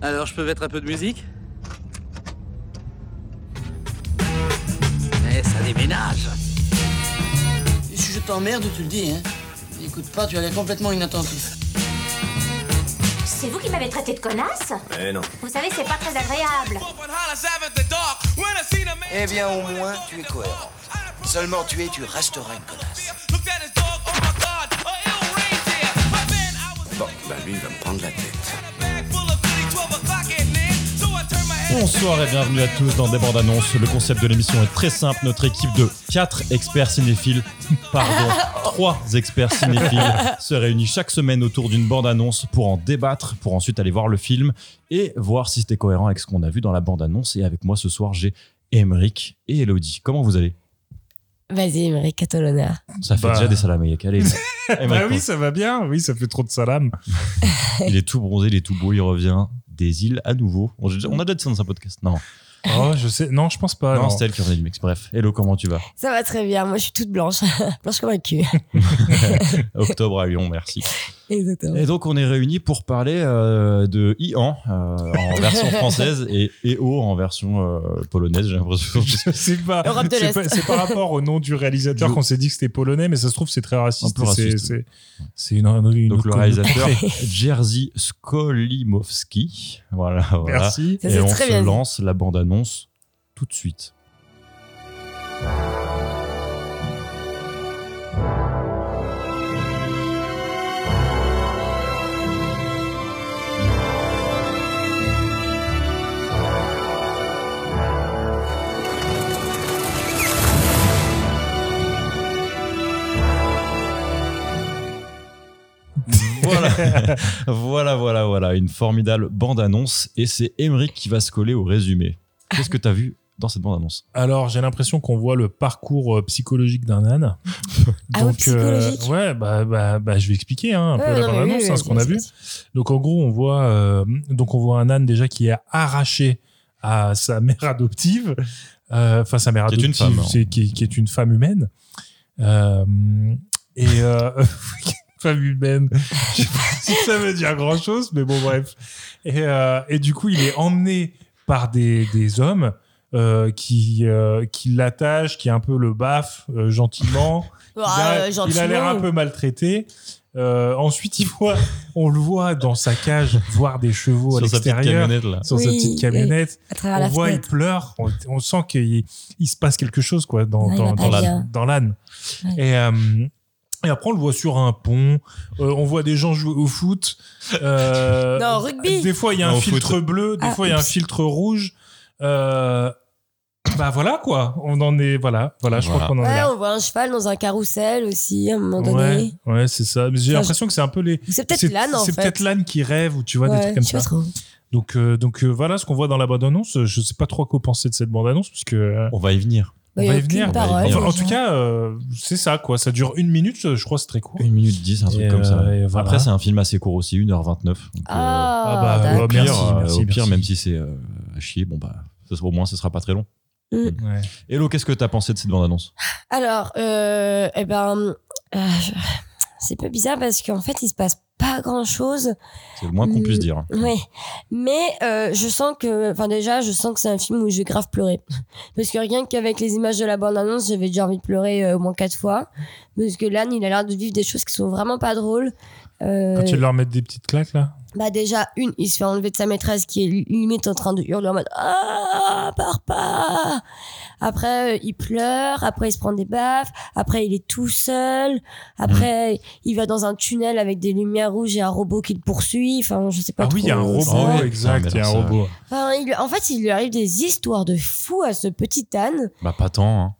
Alors je peux mettre un peu de musique Eh, ça déménage Si je t'emmerde, tu le dis, hein. Écoute pas, tu as l'air complètement inattentif. C'est vous qui m'avez traité de connasse Eh non. Vous savez, c'est pas très agréable. Eh bien, au moins, tu es cohérent. Seulement tu es, tu resteras une connasse. oh Bon, bah lui, il va me prendre la tête. Bonsoir et bienvenue à tous dans Des bandes annonces. Le concept de l'émission est très simple. Notre équipe de 4 experts cinéphiles, pardon, 3 experts cinéphiles se réunit chaque semaine autour d'une bande annonce pour en débattre, pour ensuite aller voir le film et voir si c'était cohérent avec ce qu'on a vu dans la bande annonce. Et avec moi ce soir, j'ai Emeric et Elodie. Comment vous allez Vas-y, Marie Catalona. Ça fait Bah. déjà des salamayek. Allez, Émeric, Bah oui, ça va bien. Oui, ça fait trop de salam. il est tout bronzé, il est tout beau, il revient des îles à nouveau. On a déjà on a déjà dit ça dans un podcast. Non, Oh, je sais. Non, je pense pas. non, non. c'était elle qui revenait du Mexique. Bref, hello, comment tu vas Ça va très bien. Moi, je suis toute blanche. blanche comme un cul. Octobre à Lyon, merci. Exactement. Et donc on est réunis pour parler euh, de Ian euh, en version française et EO en version euh, polonaise, j'ai l'impression. Je sais pas. Europe de C'est l'Est. pas- C'est par rapport au nom du réalisateur Du- qu'on s'est dit que c'était polonais, mais ça se trouve, c'est très Un raciste. peu et c'est- raciste. C'est c'est une, une Donc autre le réalisateur Jerzy Skolimowski. Voilà, voilà. Merci. Ça, et c'est on très se bien dit. lance la bande-annonce tout de suite. Voilà. Voilà, voilà, voilà, une formidable bande-annonce et c'est Emeric qui va se coller au résumé. Qu'est-ce que t'as vu dans cette bande-annonce Alors, j'ai l'impression qu'on voit le parcours euh, psychologique d'un âne. Ah oui, psychologique. ouais, bah, bah, bah, je vais expliquer hein, un peu la bande-annonce, hein, ce qu'on a vu. Donc en gros, on voit, euh, donc on voit un âne déjà qui est arraché à sa mère adoptive, Euh, enfin sa mère Qui est une adoptive, femme, hein. c'est- qui, qui est une femme humaine. Euh, et euh, femme humaine, je sais pas si ça veut dire grand chose, mais bon bref. Et, euh, et du coup, il est emmené par des, des hommes euh, qui euh, qui l'attachent, qui un peu le baffent euh, gentiment. Ah, Il euh, a- il a, l'air un peu maltraité. Euh, ensuite, il voit, on le voit dans sa cage voir des chevaux à Sur sa petite l'extérieur, camionnette là. sur sa Oui, petite camionnette. À travers On la voit, il fenêtre. pleure. On, on sent qu'il il se passe quelque chose quoi dans Ouais, Ah, il dans, va pas dans la- bien. dans l'âne. Ouais. Et euh, et après, on le voit sur un pont. Euh, on voit des gens jouer au foot. Euh, Non, au rugby. Des fois, il y a Non, un au filtre foot. bleu. Des Ah, fois, il y a un oups. filtre rouge. Euh, bah voilà quoi. On en est voilà voilà. Je Voilà. crois qu'on en est Ouais, là. on voit un cheval dans un carrousel aussi, à un moment Ouais, donné. ouais c'est ça. Mais J'ai Enfin, l'impression que c'est un peu les. Ou C'est peut-être c'est- l'âne, en fait. C'est peut-être l'âne qui rêve ou tu vois des Ouais, trucs comme je sais ça. pas trop. Bah, Donc, euh, donc euh, voilà ce qu'on voit dans la bande-annonce. Je sais pas trop quoi penser de cette bande-annonce parce que. euh, On va y venir. Bah, il y va a y aucune venir. parole, enfin, en déjà. tout cas, euh, c'est ça quoi. Ça dure une minute, je crois, c'est très court. 1 minute 10, un truc Et, comme ça. euh, et voilà. Après, c'est un film assez court aussi, 1h29. donc, euh, Ah, bah, d'accord. ouais, au pire, merci, euh, merci, au pire, merci. même si c'est euh, à chier, bon bah, ce sera- au moins ce sera pas très long. Ouais. Hello, qu'est-ce que t'as pensé de cette bande-annonce Alors, euh, eh ben, euh, je- c'est peu bizarre parce qu'en fait, il se passe pas grand-chose. C'est le moins qu'on Hmm. Mm. puisse dire. hein. Ouais, mais euh, je sens que, enfin déjà, je sens que c'est un film où je vais grave pleurer, parce que rien qu'avec les images de la bande-annonce, j'avais déjà envie de pleurer euh, au moins quatre fois, parce que l'âne, il a l'air de vivre des choses qui sont vraiment pas drôles. Euh, Quand ils leur mettent des petites claques là. bah déjà une, il se fait enlever de sa maîtresse qui est limite en train de hurler en mode ah pars pas. Après euh, il pleure, après il se prend des baffes, après il est tout seul, après Mmh. il va dans un tunnel avec des lumières rouges et un robot qui le poursuit. Enfin je sais pas Ah oui, il y a un trop, robot, ça. ouais. exact. Ah, mais Il y a un alors ça- robot. Enfin, il- en fait il lui arrive des histoires de fou à ce petit âne. Bah, pas tant. hein.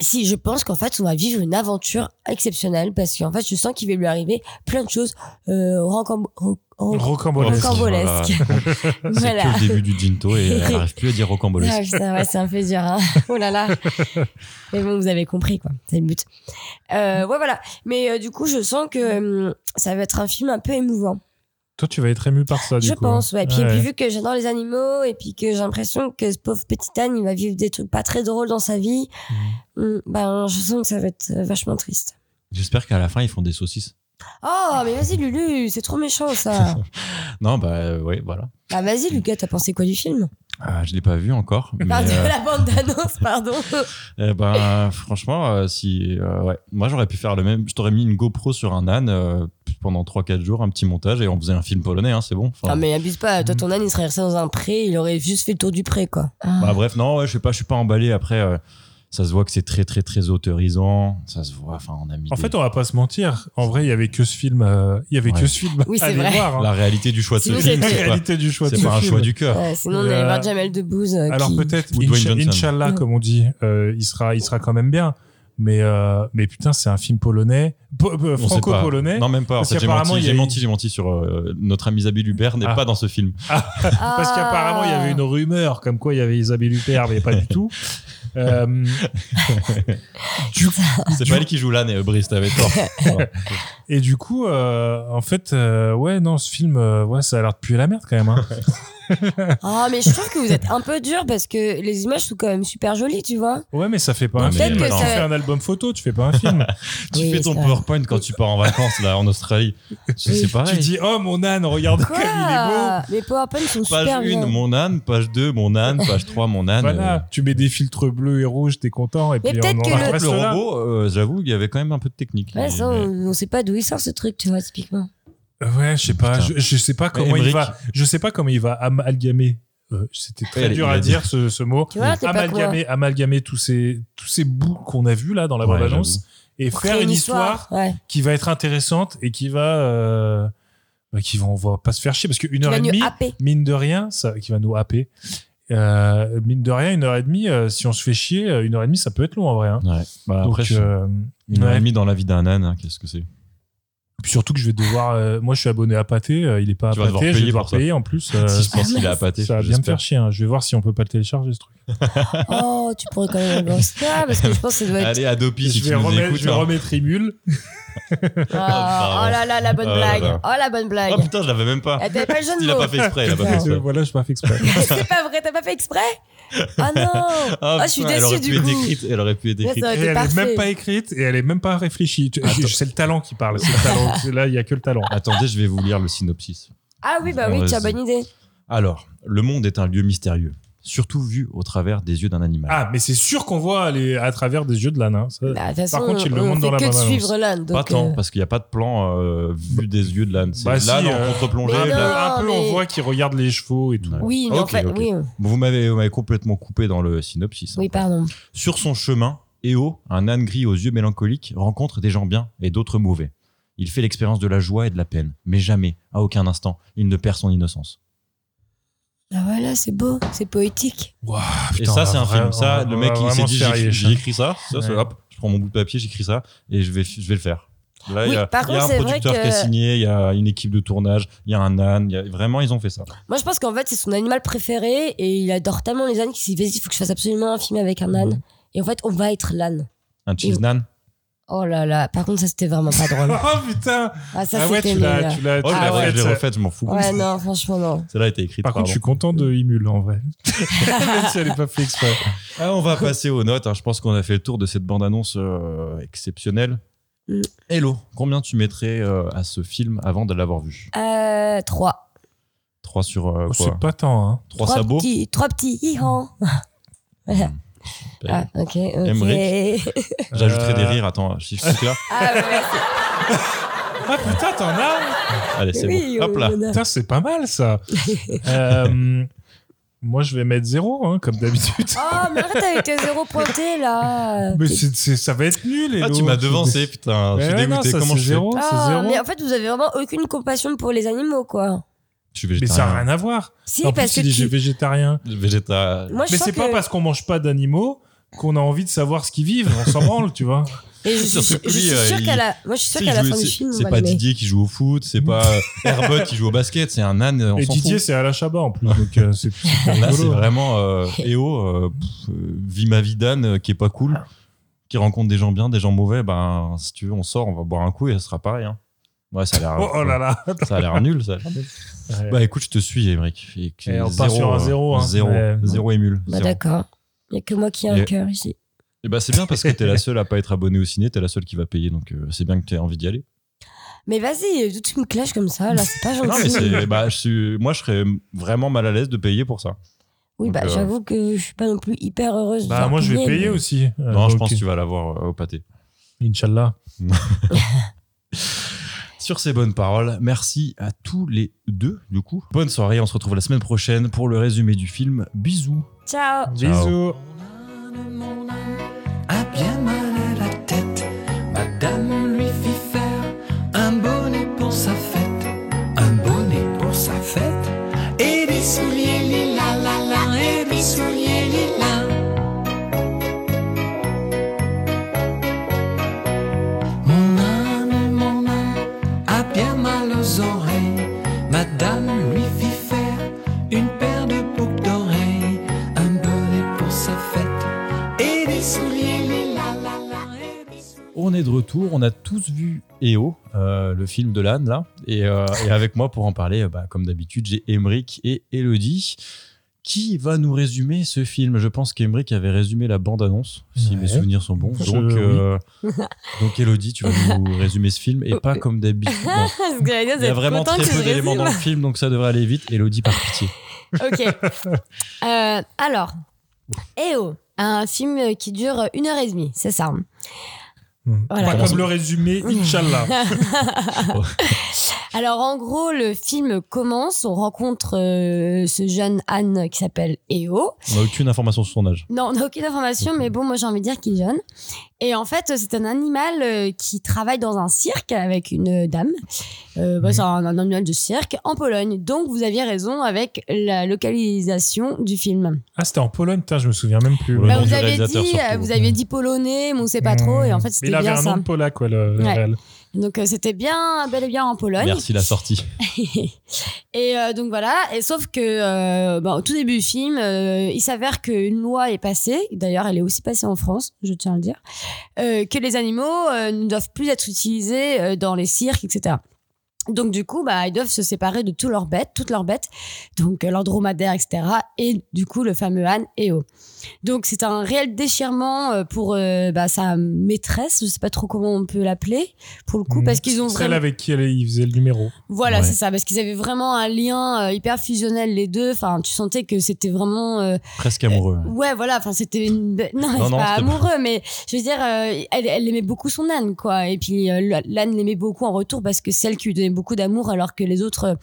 Si je pense qu'en fait on va vivre une aventure exceptionnelle parce qu'en fait je sens qu'il va lui arriver plein de choses euh, rancambo- ran- ran- Rocambolesque. Rocambolesque. rocambolesques. C'est Voilà. que le début du Ginto et elle n'arrive plus à dire Ah, rocambolesque. putain, ouais, c'est un peu dur. hein. Oh là là. Mais bon, vous avez compris, quoi. C'est le but. Euh, ouais, voilà. Mais euh, du coup, je sens que hum, ça va être un film un peu émouvant. Toi, tu vas être ému par ça, du je coup. hein. pense, ouais. Puis, Ouais. puis vu que j'adore les animaux et puis que j'ai l'impression que ce pauvre petit âne, il va vivre des trucs pas très drôles dans sa vie, Mhm. hmm, hum, ben, je sens que ça va être euh, vachement triste. J'espère qu'à la fin, ils font des saucisses. Oh, mais vas-y, Lulu, c'est trop méchant ça. Non, bah euh, ouais, voilà. bah, vas-y, Lucas, t'as pensé quoi du film Ah, je l'ai pas vu encore. Mais, Pardon, euh, la bande d'annonce, pardon. eh ben, franchement, euh, si, euh, ouais, moi j'aurais pu faire le même. Je t'aurais mis une GoPro sur un âne euh, pendant 3-4 jours, un petit montage et on faisait un film polonais, hein, c'est bon. Enfin, Non, mais abuse pas, toi, ton Mhm. âne, il serait resté dans un pré, il aurait juste fait le tour du pré, quoi. Bah, bref, non, ouais, je sais pas, je suis pas emballé. Après, euh, ça se voit que c'est très très très autorisant. Ça se voit, enfin, on a mis. En des- fait, on va pas se mentir. En vrai, il y avait que ce film. euh, Il y avait Ouais. que ce film. Oui, c'est à aller vrai. voir, hein. la réalité du choix de ce Sinon, film, La c'est- c'est pas, réalité du choix de c'est ce pas un film. choix du cœur. Ah. Ouais, sinon, on Euh, allait voir Jamel Debbouze. euh, Alors qui- peut-être, Ou Dwayne Inch- Johnson. Inch'Allah, Ouais. comme on dit, euh, il, sera, il sera quand même bien. Mais, euh, mais putain, c'est un film polonais, po- euh, On sait pas. franco-polonais. Non, même pas. En Parce fait, j'ai qu'apparemment, menti, il y a j'ai eu- menti, j'ai menti sur euh, notre ami Zabi Lubert n'est Ah. pas dans ce film. Parce Ah. qu'apparemment, il y avait une rumeur comme quoi il y avait Isabelle Huppert, mais pas du tout. Euh, C'est pas elle qui joue l'âne et euh, Brice, t'avais tort. Voilà. et du coup, euh, en fait, euh, ouais, non, ce film, euh, ouais, ça a l'air de puer la merde quand même. hein. Ah, mais je trouve que vous êtes un peu dur parce que les images sont quand même super jolies, tu vois. Ouais, mais ça fait pas Non, un mais film. peut-être que Tu ça- fais un album photo, tu fais pas un film. tu Oui, fais ton ça. PowerPoint quand tu pars en vacances là en Australie. C'est c'est pareil. tu dis, oh mon âne, regarde Quoi comme il est beau. Mes PowerPoints sont page super 1, bien. mon âne, page 2, mon âne, page 3, mon âne. Voilà, tu mets des filtres bleus et rouges, t'es content. Et Mais puis peut-être on en que Euh, Par reste contre, le là. robot, euh, j'avoue, il y avait quand même un peu de technique. Ouais, Il- ça, on, on sait pas d'où il sort ce truc, tu vois, typiquement. Ouais, je sais pas. Je, Putain. je sais pas comment il Emmerich. va. Je sais pas comment il va amalgamer. euh, C'était très Ouais, dur il à a dit. dire ce, ce mot. Tu vois, t'es pas quoi. amalgamer, amalgamer tous ces tous ces bouts qu'on a vus là dans la Ouais, bande annonce et faire Créer une histoire Ouais. qui va être intéressante et qui va euh, bah, qui va on va pas se faire chier parce qu'une Tu heure vas et nous demie happer. mine de rien ça qui va nous happer. Euh, mine de rien une heure et demie euh, si on se fait chier euh, une heure et demie ça peut être long en vrai. hein. Ouais. Bah, Donc, après, je- euh, une heure ouais. et demie dans la vie d'un âne, hein, qu'est-ce que c'est Puis surtout que je vais devoir. euh, moi, je suis abonné à Pâté. euh, il est pas à Tu vas devoir Pâté. Je vais payer devoir pour ça. payer en plus. euh, Je pense qu'il a appâté. ça va bien me faire chier. hein. Je vais voir si on peut pas le télécharger ce truc. Oh, tu pourrais quand même avoir ça parce que je pense que ça doit être. Allez, Adopi, si je, tu vais nous remettre, écoutes, je vais hein. remettre Imul. Ah, pardon. oh là là, la bonne Oh là blague. là. Oh la bonne Oh blague. putain, je l'avais même pas. Eh, T'avais pas le jeu de Il a mots. pas fait exprès, il a pas fait Euh, exprès. voilà, je suis pas fait exprès. C'est pas vrai, t'as pas fait exprès Ah non Ah, je suis putain, elle aurait déçue pu du être coup. écrite, Elle aurait pu être Là, écrite. ça aurait Et été elle est même parfait. pas écrite et elle est même pas réfléchie. Tu- C'est le talent qui parle. C'est le talent. C'est- Là, il y a que le talent. Attendez, je vais vous lire le synopsis. Ah oui, bah oui, Ouais, tu as c'est- bonne idée. Alors, le monde est un lieu mystérieux, surtout vu au travers des yeux d'un animal. Ah, mais c'est sûr qu'on voit les, à travers des yeux de l'âne. hein. Ça- Bah, de toute façon, contre, il le on montre fait dans la que de bande-annonce. suivre l'âne. pas donc, tant, euh, parce qu'il n'y a pas de plan euh, vu des yeux de l'âne. C'est Bah, si, l'âne euh, en contre-plongée. mais un peu, l'âne- non, un peu, mais- on voit qu'il regarde les chevaux et tout. Ouais. Oui, mais en Ok, fait, ok. oui. Bon, Vous m'avez vous m'avez complètement coupé dans le synopsis. hein. Oui, pardon. Sur son chemin, Eo, un âne gris aux yeux mélancoliques, rencontre des gens bien et d'autres mauvais. Il fait l'expérience de la joie et de la peine, mais jamais, à aucun instant, il ne perd son innocence. Ah voilà, c'est beau, c'est poétique. et Oh, Ah, Putain, on ça, va c'est un vra- film. Ça, le on va mec, il s'est vraiment dit, se faire j'écris riche, hein. j'écris ça, ça, ça, Ouais. hop, je prends mon bout de papier, j'écris ça, et je vais, je vais le faire. Là, il Oui, y a, par il y a contre, c'est un vrai producteur qui a que- signé, il y a une équipe de tournage, il y a un âne, il y a- vraiment, ils ont fait ça. Moi, je pense qu'en fait, c'est son animal préféré et il adore tellement les ânes qu'il s'est dit, vas-y, il faut que je fasse absolument un film avec un âne. Et en fait, on va être l'âne. Un cheese nan. Oh là là, par contre, ça, c'était vraiment pas drôle. Oh putain! Ah, ça, Ah ouais, c'était tu nul. l'as, là. tu l'as, tu Oh, je l'ai l'as ouais. faite, euh, je l'ai ça. refaite, je m'en fous. Ouais, non, franchement, non. Celle-là a été écrite. Par contre, pardon. je suis content Euh. de Imul en vrai. Même si elle est pas fait exprès. Ah, on va passer aux notes. hein. Je pense qu'on a fait le tour de cette bande-annonce euh, exceptionnelle. Mm. Hello, combien tu mettrais euh, à ce film avant de l'avoir vu Euh, trois. 3 sur euh, Oh, quoi c'est pas tant, hein. 3 sabots petits, trois petits. Hi-han. Hmm. voilà. Ah, ok, Aymeric. ok. J'ajouterai Euh, des rires. Attends, si je suis là. ah ouais, Ah putain, t'en as Allez, c'est c'est oui, bon. Hop là. on a- Putain, c'est pas mal ça. Euh, moi, je vais mettre zéro, hein, comme d'habitude. Oh, mais arrête avec tes zéros pointés, là. Mais c'est- c'est- ça va être nul. Ah, Hello. tu m'as devancé, putain. Je Mais suis ouais, non, dégoûté. ça, Comment c'est je fais zéro, c'est Ah, zéro. mais en fait, vous avez vraiment aucune compassion pour les animaux, quoi. Je suis Mais ça n'a végétarien. rien à voir. Si, en parce plus, il que. dit j'ai tu- végétarien. Végéta- Moi, je Mais sens c'est pas que- parce qu'on mange pas d'animaux qu'on a envie de savoir ce qu'ils vivent. On s'en branle, tu vois. Et je, Sur suis, ce je suis pli, euh, sûre il- qu'à la, moi, je suis sûre Tu sais, qu'à la il joue- fin du c'est- film, on C'est va pas l'aimer. Didier qui joue au foot, c'est pas euh, Herbot qui joue au basket, c'est un âne. On Et s'en Didier, fout. c'est à la Chabat en plus. Donc, euh, c'est c'est pas Là, c'est rigolo. vraiment euh, Eo, euh, pff, euh, vis ma vie d'âne euh, qui est pas cool, qui rencontre des gens bien, des gens mauvais. Ben, si tu veux, on sort, on va boire un coup et ça sera pareil. hein. Ouais, ça a l'air. Oh, oh là là. Ça a l'air nul, ça. a l'air nul. Ouais. Bah écoute, je te suis, Émeric. Et que Eh, on part sur un zéro, hein. zéro, Ouais. zéro émule. Bah, zéro. d'accord. Il y a que moi qui ai un Et- cœur ici. Et bah c'est bien parce que t'es la seule à pas être abonnée au ciné, t'es la seule qui va payer, donc euh, c'est bien que t'aies envie d'y aller. Mais vas-y, tu me clashes comme ça, là, c'est pas Non, mais gentil. c'est. Bah, je suis- moi, je serais vraiment mal à l'aise de payer pour ça. oui, bah Donc, euh, j'avoue que je suis pas non plus hyper heureuse. de Bah, faire moi, je vais mais- payer aussi. Euh, non, je donc, pense que tu vas l'avoir euh, au pâté. Inch'Allah. Sur ces bonnes paroles, merci à tous les deux, du coup. Bonne soirée, on se retrouve la semaine prochaine pour le résumé du film. Bisous. Ciao Ciao. Bisous. A bien mal à la tête, madame lui fit faire un bonnet pour sa fête, un bonnet pour sa fête, et des souliers lilas, la la, et des souliers lilas. Mon âne, mon âne, a bien mal aux oreilles, madame lui fit faire une paire de boucles d'oreilles, un bonnet pour sa fête. Et des souliers lilas, la la, et des souliers- On est de retour, on a tous vu EO, euh, le film de l'âne, là. Et, euh, et avec moi pour en parler, euh, bah, comme d'habitude, j'ai Emeric et Elodie. Qui va nous résumer ce film Je pense qu'Emeric avait résumé la bande-annonce, si Ouais. mes souvenirs sont bons. Je- Donc, oui. euh, donc Elodie, tu vas nous résumer ce film et pas comme d'habitude. Non. Il y a vraiment très peu d'éléments dans le film, donc ça devrait aller vite. Elodie, par pitié. Ok. Euh, alors, EO, un film qui dure une heure et demie, c'est ça. Voilà. Pas Comment comme le résumé, Inch'Allah. Alors, en gros, le film commence, on rencontre euh, ce jeune Anne qui s'appelle EO. On n'a aucune information sur son âge. Non, on n'a aucune information, mais bon, moi j'ai envie de dire qu'il est jeune. Et en fait, c'est un animal euh, qui travaille dans un cirque avec une euh, dame. Euh, bah, c'est un, un animal de cirque en Pologne. Donc, vous aviez raison avec la localisation du film. Ah, c'était en Pologne, putain, je me souviens même plus. Le Bah, nom vous, du avez dit, réalisateur, euh, surtout. Mmh. vous aviez dit polonais, mais on sait pas trop. Et en fait, Mais il c'était avait bien un ça. nom de Polak, quoi, le, le Ouais. réel. Donc, euh, c'était bien, bel et bien en Pologne. Merci la sortie. et euh, donc voilà, et sauf que euh, bah, au tout début du film, euh, il s'avère qu'une loi est passée, d'ailleurs elle est aussi passée en France, je tiens à le dire, euh, que les animaux euh, ne doivent plus être utilisés euh, dans les cirques, etc. Donc du coup, bah, ils doivent se séparer de tous leurs bêtes, toutes leurs bêtes, donc euh, leur dromadaire, etc. Et du coup, le fameux âne et eau. Donc c'est un réel déchirement euh, pour euh, bah, sa maîtresse, je sais pas trop comment on peut l'appeler, pour le coup, Mmh. parce qu'ils ont Mm. Celle vraiment... avec qui elle, il faisait le numéro. Voilà, Ouais. c'est ça, parce qu'ils avaient vraiment un lien euh, hyper fusionnel les deux. Enfin, tu sentais que c'était vraiment, euh, Presque amoureux. ouais, voilà. Enfin, c'était une... be- non, Non, c'est non, pas c'était pas- amoureux, mais je veux dire, euh, elle, elle aimait beaucoup son âne, quoi. Et puis euh, le- l'âne l'aimait beaucoup en retour parce que c'est elle qui lui donnait beaucoup d'amour, alors que les autres euh,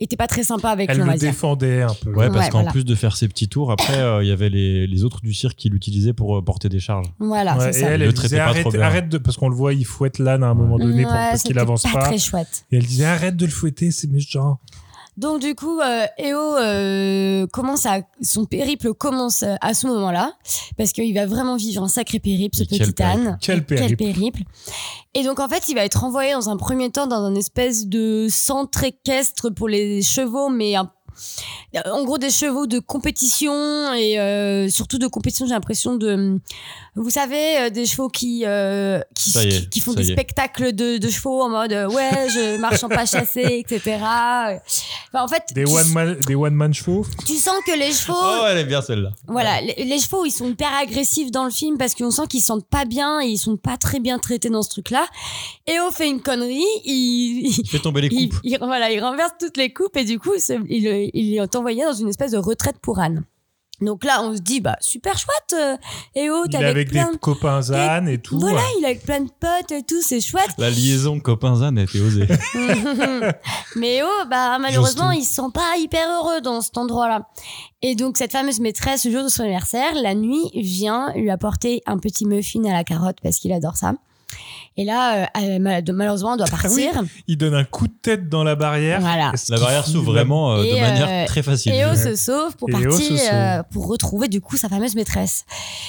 étaient pas très sympas avec Elle lui. on le va dire. défendait un peu. Ouais, parce Ouais, qu'en voilà. plus de faire ses petits tours, après, euh, il y avait les, les autres du cirque qui l'utilisaient pour euh, porter des charges. Voilà, Ouais, Ah, c'est et ça. elle, Le elle traitait disait pas trop arrête, bien. arrête de. Parce qu'on le voit, il fouette l'âne à un moment donné pour- Ouais, parce qu'il c'était avance pas. Très chouette. Et elle disait arrête de le fouetter, c'est méchant. Donc du coup, euh, Eo euh, commence à son périple commence euh, à ce moment-là parce qu'il va vraiment vivre un sacré périple, ce Et quel petit périple. âne. Quel Quel périple. périple. Et donc, en fait, il va être envoyé dans un premier temps dans un espèce de centre équestre pour les chevaux, mais un- en gros des chevaux de compétition et euh, surtout de compétition, j'ai l'impression de. Vous savez, euh, des chevaux qui, euh, qui, Ça y est, qui- qui font ça des y est. spectacles de, de chevaux en mode euh, ouais, je marche en pas chassé, etc. Enfin, Bah, en fait, Des tu, one-man one chevaux. tu sens que les chevaux. Oh, elle est bien celle-là. Voilà, les, les chevaux, ils sont hyper agressifs dans le film parce qu'on sent qu'ils se sentent pas bien et ils sont pas très bien traités dans ce truc-là. Et on fait une connerie, il, il, Fais tomber les il- coupes. il- voilà, il renverse toutes les coupes et du coup, ce- il, il est envoyé dans une espèce de retraite pour âne. Donc là, on se dit, bah, super chouette, euh, et oh, Il t'es est avec, avec des plein de... copains ânes et tout. Voilà, il est avec plein de potes et tout, c'est chouette. La liaison copain-zane a été osée. Mais oh, bah, malheureusement, ils se sent pas hyper heureux dans cet endroit-là. Et donc, cette fameuse maîtresse, le jour de son anniversaire, la nuit, vient lui apporter un petit muffin à la carotte parce qu'il adore ça. Et là, euh, elle, mal- malheureusement, elle doit Ah oui, partir. il donne un coup de tête dans la barrière. Voilà. Est-ce La qu'il barrière finit s'ouvre là- vraiment euh, de Et, euh, manière très facile. Et on se sauve pour Et on se partir, sauve. euh, pour retrouver du coup sa fameuse maîtresse.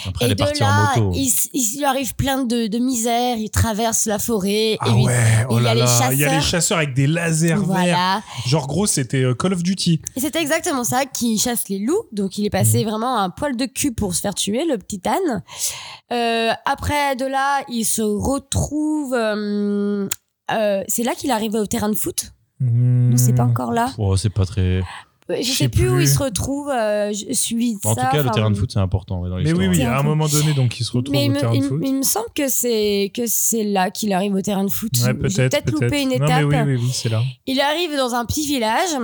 Après, elle et est de partie là, en moto. il, s- il lui arrive plein de, de misères. Il traverse la forêt. Ah et lui- ouais, il oh y a là les là. Il y a les chasseurs. chasseurs avec des lasers verts. Voilà. Genre gros, c'était euh, Call of Duty. Et c'est exactement ça qui chasse les loups. Donc il est Mmh. passé vraiment un poil de cul pour se faire tuer, le petit âne. Euh, après de là, il se retrouve. euh, euh, c'est là qu'il arrive au terrain de foot. On Mmh. Hmm. Non, C'est pas encore là. Oh, c'est pas très. Je Je sais sais plus où plus. ils se retrouvent euh, je- suivi de En ça. tout cas, le enfin, terrain de foot, c'est important ouais, dans Mais l'histoire. oui, oui, C'est à un un peu- moment donné, donc, ils se retrouvent Mais il au me, terrain il de me- foot. il me semble que c'est que c'est là qu'il arrive au terrain de foot. Ouais, J'ai peut-être. peut-être loupé une Non, mais étape. oui, oui, oui, c'est là. Il arrive dans un petit village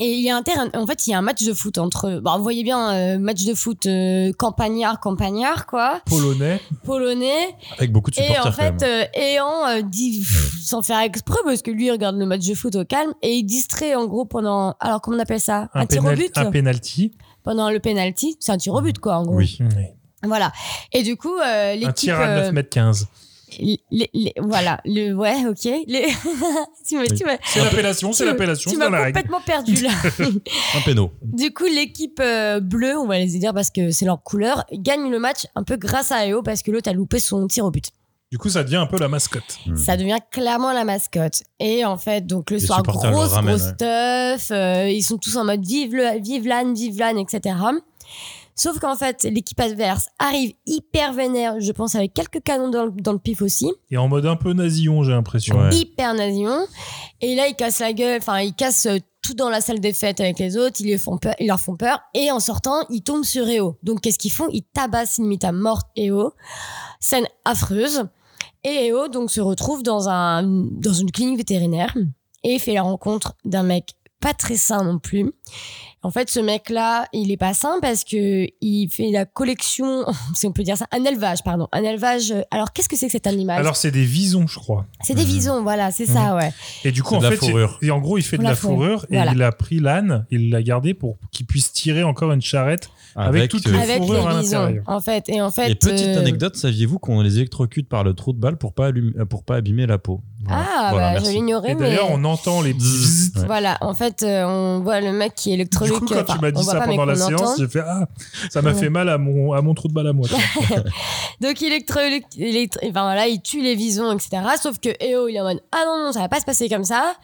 et il y a un terrain. En fait, il y a un match de foot entre. Bon, vous voyez bien, euh, match de foot euh, campagnard, campagnard, quoi, Polonais. polonais. Avec beaucoup de Et supporters en quand même. fait, euh, Ehan euh, dit pff, sans faire exprès parce que lui il regarde le match de foot au calme et il distrait en gros pendant. Alors comment on appelle ça Un, Un, tir au pénal- but un penalty. pendant le penalty. C'est un tir au but, quoi, en gros. Oui. Voilà. Et du coup, euh, l'équipe. Un tir à euh, 9 mètres 15. les- les- les- voilà, le, ouais, ok. Les- tu m'as, tu m'as- C'est l'appellation, c'est tu- l'appellation, Tu c'est m'as dans la règle. complètement perdu là. Un péno. du coup, l'équipe euh, bleue, on va les dire parce que c'est leur couleur, gagne le match un peu grâce à EO parce que l'autre a loupé son tir au but. Du coup, ça devient un peu la mascotte. Mm. Ça devient clairement la mascotte. Et en fait, donc le Les soir, grosse, supporters le grosse ramènent, teuf, euh, ils sont tous en mode vive, le, vive l'âne, vive l'âne, etc. Sauf qu'en fait, l'équipe adverse arrive hyper vénère, je pense, avec quelques canons dans le, dans le pif aussi. Et en mode un peu nasillon, j'ai l'impression. Ouais. hyper nasillon. Et là, ils cassent la gueule, enfin, ils cassent euh, tout dans la salle des fêtes avec les autres, ils, les font peur, ils leur font peur. Et en sortant, ils tombent sur Eo. Donc, qu'est-ce qu'ils font Ils tabassent limite à mort Eo. Scène affreuse. Et Eo, donc, se retrouve dans, un, dans une clinique vétérinaire et fait la rencontre d'un mec pas très sain non plus. En fait, ce mec-là, il est pas sain parce que il fait la collection, si on peut dire ça, un élevage, pardon, un élevage. Alors, qu'est-ce que c'est que cet animal Alors, c'est des visons, je crois. c'est des visons, voilà, c'est ça, ouais. Et du coup, C'est en de la fait, fourrure. il- et en gros, il fait Pour de la la fourrure, fourrure voilà. et il a pris l'âne, il l'a gardé pour qu'il puisse tirer encore une charrette. Avec euh, toutes les- Avec fourrures les à visons, l'intérieur. en fait. Et en fait. Et petite euh, anecdote, saviez-vous qu'on les électrocute par le trou de balle pour pas, allumer- euh, pour pas abîmer la peau Voilà. Ah, Voilà, bah, je merci. l'ignorais, Et mais. d'ailleurs, on entend les bzzz. Ouais. Voilà, en fait, euh, on voit le mec qui est Du électronique. coup, quand tu m'as dit ça pendant la séance, j'ai fait Ah, ça m'a Ouais. fait mal à mon, à mon trou de balle à moi. tu vois. Donc, il électro... électro- enfin, voilà, il tue les visons, etc. Sauf que Eo, il est en mode Ah non, non, ça va pas se passer comme ça.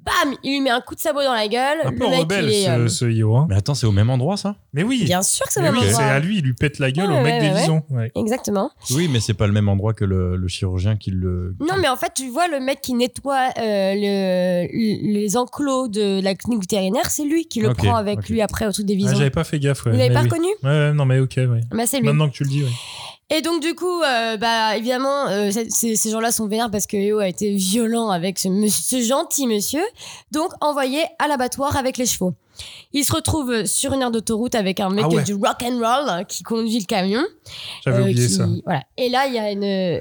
Bam Il lui met un coup de sabot dans la gueule. Un le peu mec, rebelle, il est. ce, euh, ce Io. hein. Mais attends, c'est au même endroit ça Mais oui, Bien sûr hein. que ça mais va oui, c'est à lui, il lui pète la gueule Ouais, au mec ouais, des ouais, visons. Ouais. Exactement. Oui, mais c'est pas le même endroit que le, le chirurgien qui le. Non, mais en fait, tu vois le mec qui nettoie euh, le- les enclos de la clinique vétérinaire, c'est lui qui le Ok, prend avec ok. lui après au truc des Ah, visons. J'avais pas fait gaffe. Ouais. Vous l'avez Mais pas oui. reconnu Ouais, ouais, non, mais ok, ouais. Bah, c'est lui. Maintenant que tu le dis, ouais. Et donc, du coup, euh, bah, évidemment, euh, c'est- c'est- ces gens-là sont vénères parce que Léo a été violent avec ce, monsieur- ce gentil monsieur. Donc, envoyé à l'abattoir avec les chevaux. Il se retrouve sur une aire d'autoroute avec un mec Ah ouais. du rock and roll hein, qui conduit le camion. j'avais Euh, oublié qui- ça. Voilà. Et là, il y a une.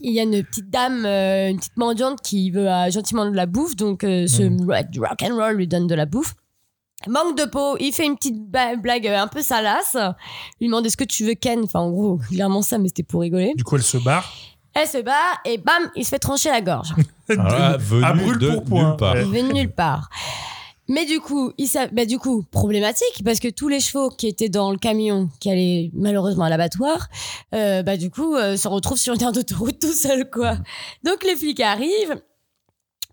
Il y a une petite dame, euh, une petite mendiante qui veut euh, gentiment de la bouffe, donc euh, ce Hmm. rock, du rock and roll lui donne de la bouffe. Manque de peau, il fait une petite ba- blague euh, un peu salace. Il lui demande est-ce que tu veux Ken Enfin, en gros, clairement ça, mais c'était pour rigoler. Du coup, elle se barre. Elle se bat et bam, il se fait trancher la gorge. Ah, venu à brûle de pour point. nulle part. Ouais. Il venait de nulle part. Mais du coup, il s'a- bah, du coup, problématique, parce que tous les chevaux qui étaient dans le camion, qui allaient malheureusement à l'abattoir, euh, bah, du coup, euh, se retrouvent sur une aire d'autoroute tout seul, quoi. Mmh. Donc les flics arrivent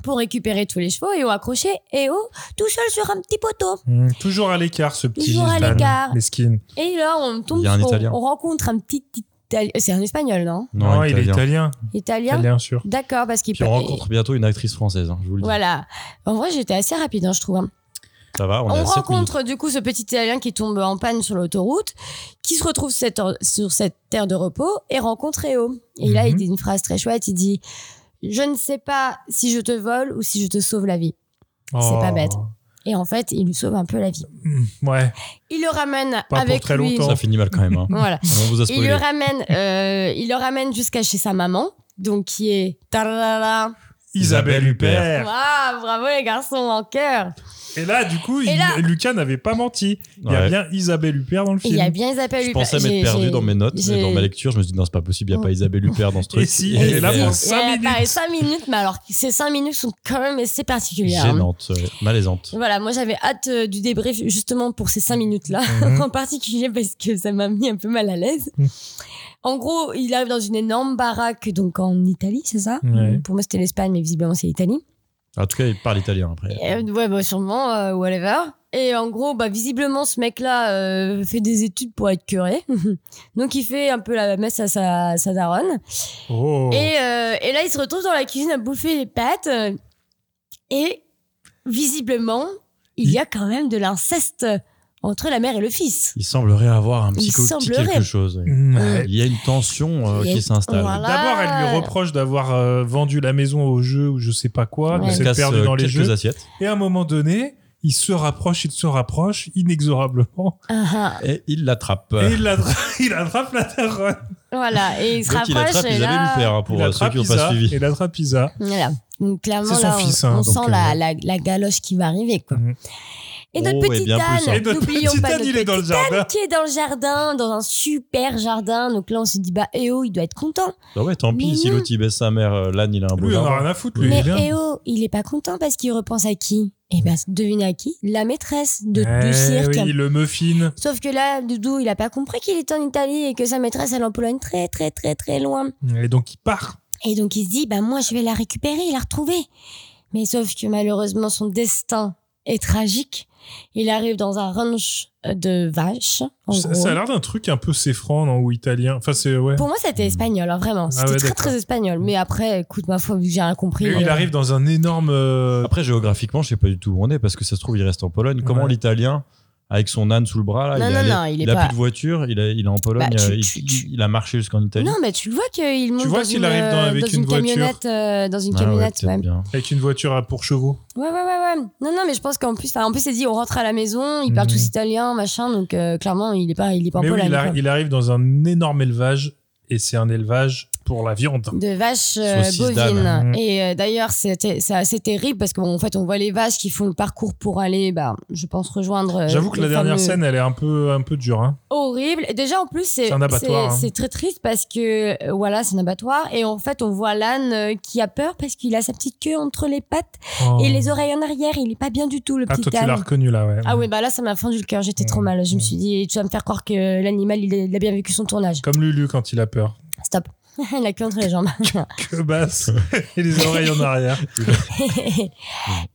pour récupérer tous les chevaux et ont accroché et oh, tout seul sur un petit poteau. Mmh, toujours à l'écart, ce petit Toujours à Gilles Van, l'écart. Mesquine. Et là, on Il tombe, y a un on, Italien. on rencontre un petit, petit Itali- c'est un espagnol, non Non, il est italien. italien. Italien. Italien, sûr. D'accord, parce qu'il Puis on peut- rencontre bientôt une actrice française, hein, je vous le dis. Voilà. En vrai, j'étais assez rapide, hein, je trouve. hein. Ça va, on, est On à 7 minutes. rencontre du coup ce petit Italien qui tombe en panne sur l'autoroute, qui se retrouve cette heure- sur cette terre de repos et rencontre Eo. Et là, il Mhm. dit une phrase très chouette, il dit « Je ne sais pas si je te vole ou si je te sauve la vie. Oh. pas bête. » Et en fait, il lui sauve un peu la vie. Mmh, Ouais. Il le ramène pour avec très lui. longtemps. Ça finit mal quand même. hein. Voilà. On vous a Il spoilé. le ramène, euh, il le ramène jusqu'à chez sa maman, donc qui est... Tararara. Isabelle Isabelle Huppert. Huppert. Waouh, bravo les garçons, en cœur. Et là, du coup, Et il- là- Lucas n'avait pas menti. Il y a Ouais. bien Isabelle Huppert dans le Et Il y film. a bien Isabelle Je Huppert. pensais J'ai- m'être perdu j'ai- dans mes notes et j'ai- dans ma lecture. Je me suis dit, non, c'est pas possible, il n'y a pas Isabelle Huppert dans ce truc. Et si, elle est là pour Ouais, 5 eh, pareil, minutes. cinq minutes, mais alors ces 5 minutes sont quand même assez particulières. hein. Gênante, euh, malaisante. Voilà, moi j'avais hâte euh, du débrief justement pour ces 5 minutes-là, Mhm. Mm. en particulier parce que ça m'a mis un peu mal à l'aise. En gros, il arrive dans une énorme baraque, donc en Italie, c'est ça Mm, Ouais. Pour moi c'était l'Espagne, mais visiblement c'est l'Italie. En tout cas, il parle italien après. Euh, ouais, bah, sûrement, euh, whatever. Et en gros, bah, visiblement, ce mec-là euh, fait des études pour être curé. donc il fait un peu la messe à sa, sa daronne. Oh. Et, euh, et là, il se retrouve dans la cuisine à bouffer les pâtes. euh, et visiblement, il y a quand même de l'inceste entre la mère et le fils. Il semblerait avoir un petit, Il co- petit semblerait. quelque chose. oui. D'abord, Il y a une tension euh, Il y a- qui s'installe. Voilà. elle lui reproche d'avoir euh, vendu la maison au jeu ou je sais pas quoi, On de Ouais. se s'être casse perdu euh, dans les quelques jeux. assiettes. Et à un moment donné, il se rapproche, il se rapproche inexorablement. Ah, ah. Et il l'attrape. Et il attrape, il attrape la daronne. Voilà, et il se Donc il rapproche, attrape et là- Isabelle Huppert, pour il euh, ceux attrape qui n'ont pas Isa, suivi. Il attrape Isa. Voilà. Donc clairement, C'est son là, on, fils, hein, on donc, sent la, euh, la, la galoche qui va arriver. Quoi. Mhm. Et notre Oh, et petit bien plus, hein. Et âne, notre n'oublions petit pas âne, notre il est dans le petit jardin. âne qui est dans le jardin, dans un super jardin. Donc là, on se dit, bah, eh oh, il doit être content. Bah ouais, tant Mais pis, si non. l'autre il baisse sa mère, euh, l'âne il a un beau Lui, il en a jardin. rien à foutre, Ah, lui. Mais il est bien. eh oh, il est pas content parce qu'il repense à qui Eh ben, devinez à qui La maîtresse de, Eh du cirque. oui, le muffin. Sauf que là, Doudou, il a pas compris qu'il était en Italie et que sa maîtresse, elle est en Pologne très, très, très, très loin. Et donc, il part. Et donc il se dit, bah moi je vais la récupérer, la retrouver. Mais sauf que malheureusement son destin est tragique. Il arrive dans un ranch euh, de vaches. en Ça, gros. ça a l'air d'un truc un peu séfran, non, ou italien. Enfin, c'est, ouais. Pour moi c'était espagnol, hein, vraiment. C'était Mm. Ah ouais, très d'accord. très espagnol. Mais après, écoute, ma foi, vu que j'ai rien compris. Mais euh, il arrive dans un énorme. euh, Après, géographiquement, je sais pas du tout où on est parce que ça se trouve, il reste en Pologne. Comment Ouais. l'italien, avec son âne sous le bras, là, Non, il, non, a, non, il est a pas- plus de voiture, il, est- il est en Pologne, Bah, tu- euh, il, tu- tu- il a marché jusqu'en Italie. Non, mais tu le vois qu'il monte vois dans, qu'il une, arrive dans- euh, avec dans une voiture. camionnette. euh, dans une Ah ouais, camionnette, peut-être ouais. bien. Avec une voiture à pour chevaux. Ouais, ouais, ouais, ouais. Non, non, mais je pense qu'en plus, enfin, en plus, il dit on rentre à la maison, il parle Mhm. tous italien, machin, donc euh, clairement, il est pas, il est pas en Mais oui, Pologne. il, quoi. arri- il arrive dans un énorme élevage et c'est un élevage pour la viande. de vaches euh, Saucisses bovines. d'âne. Et euh, d'ailleurs, c'était- c'est assez terrible parce qu'en fait, on voit les vaches qui font le parcours pour aller, bah, je pense, rejoindre. euh, J'avoue que le la dernière fameux- scène, elle est un peu, un peu dure. hein. Horrible. Et déjà, en plus, c'est C'est un abattoir, c'est- hein. c'est très triste parce que, euh, voilà, c'est un abattoir. Et en fait, on voit l'âne euh, qui a peur parce qu'il a sa petite queue entre les pattes et les oreilles en arrière. Il est pas bien du tout, le Oh. Ah, petit toi, tu l'as âne. reconnu là, ouais. Ah oui, bah là, ça m'a fendu le cœur. J'étais trop Mm. mal. Je me Mm. suis dit, tu vas me faire croire que l'animal, il, est- il a bien vécu son tournage. Comme Lulu quand il a peur. Stop. la queue entre les jambes. Que basse Et les oreilles en arrière.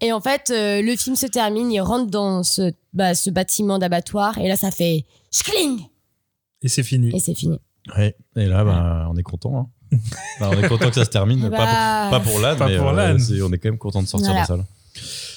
et en fait, euh, le film se termine, il rentre dans ce, bah, ce bâtiment d'abattoir, et là, ça fait schling Et c'est fini. Et c'est fini. Ouais. Et là, bah, on est content. hein. Bah, on est content que ça se termine. Bah, pas pour- Pas pour l'âne, Pas mais pour euh, l'âne. c'est- on est quand même content de sortir Voilà. de ça. là.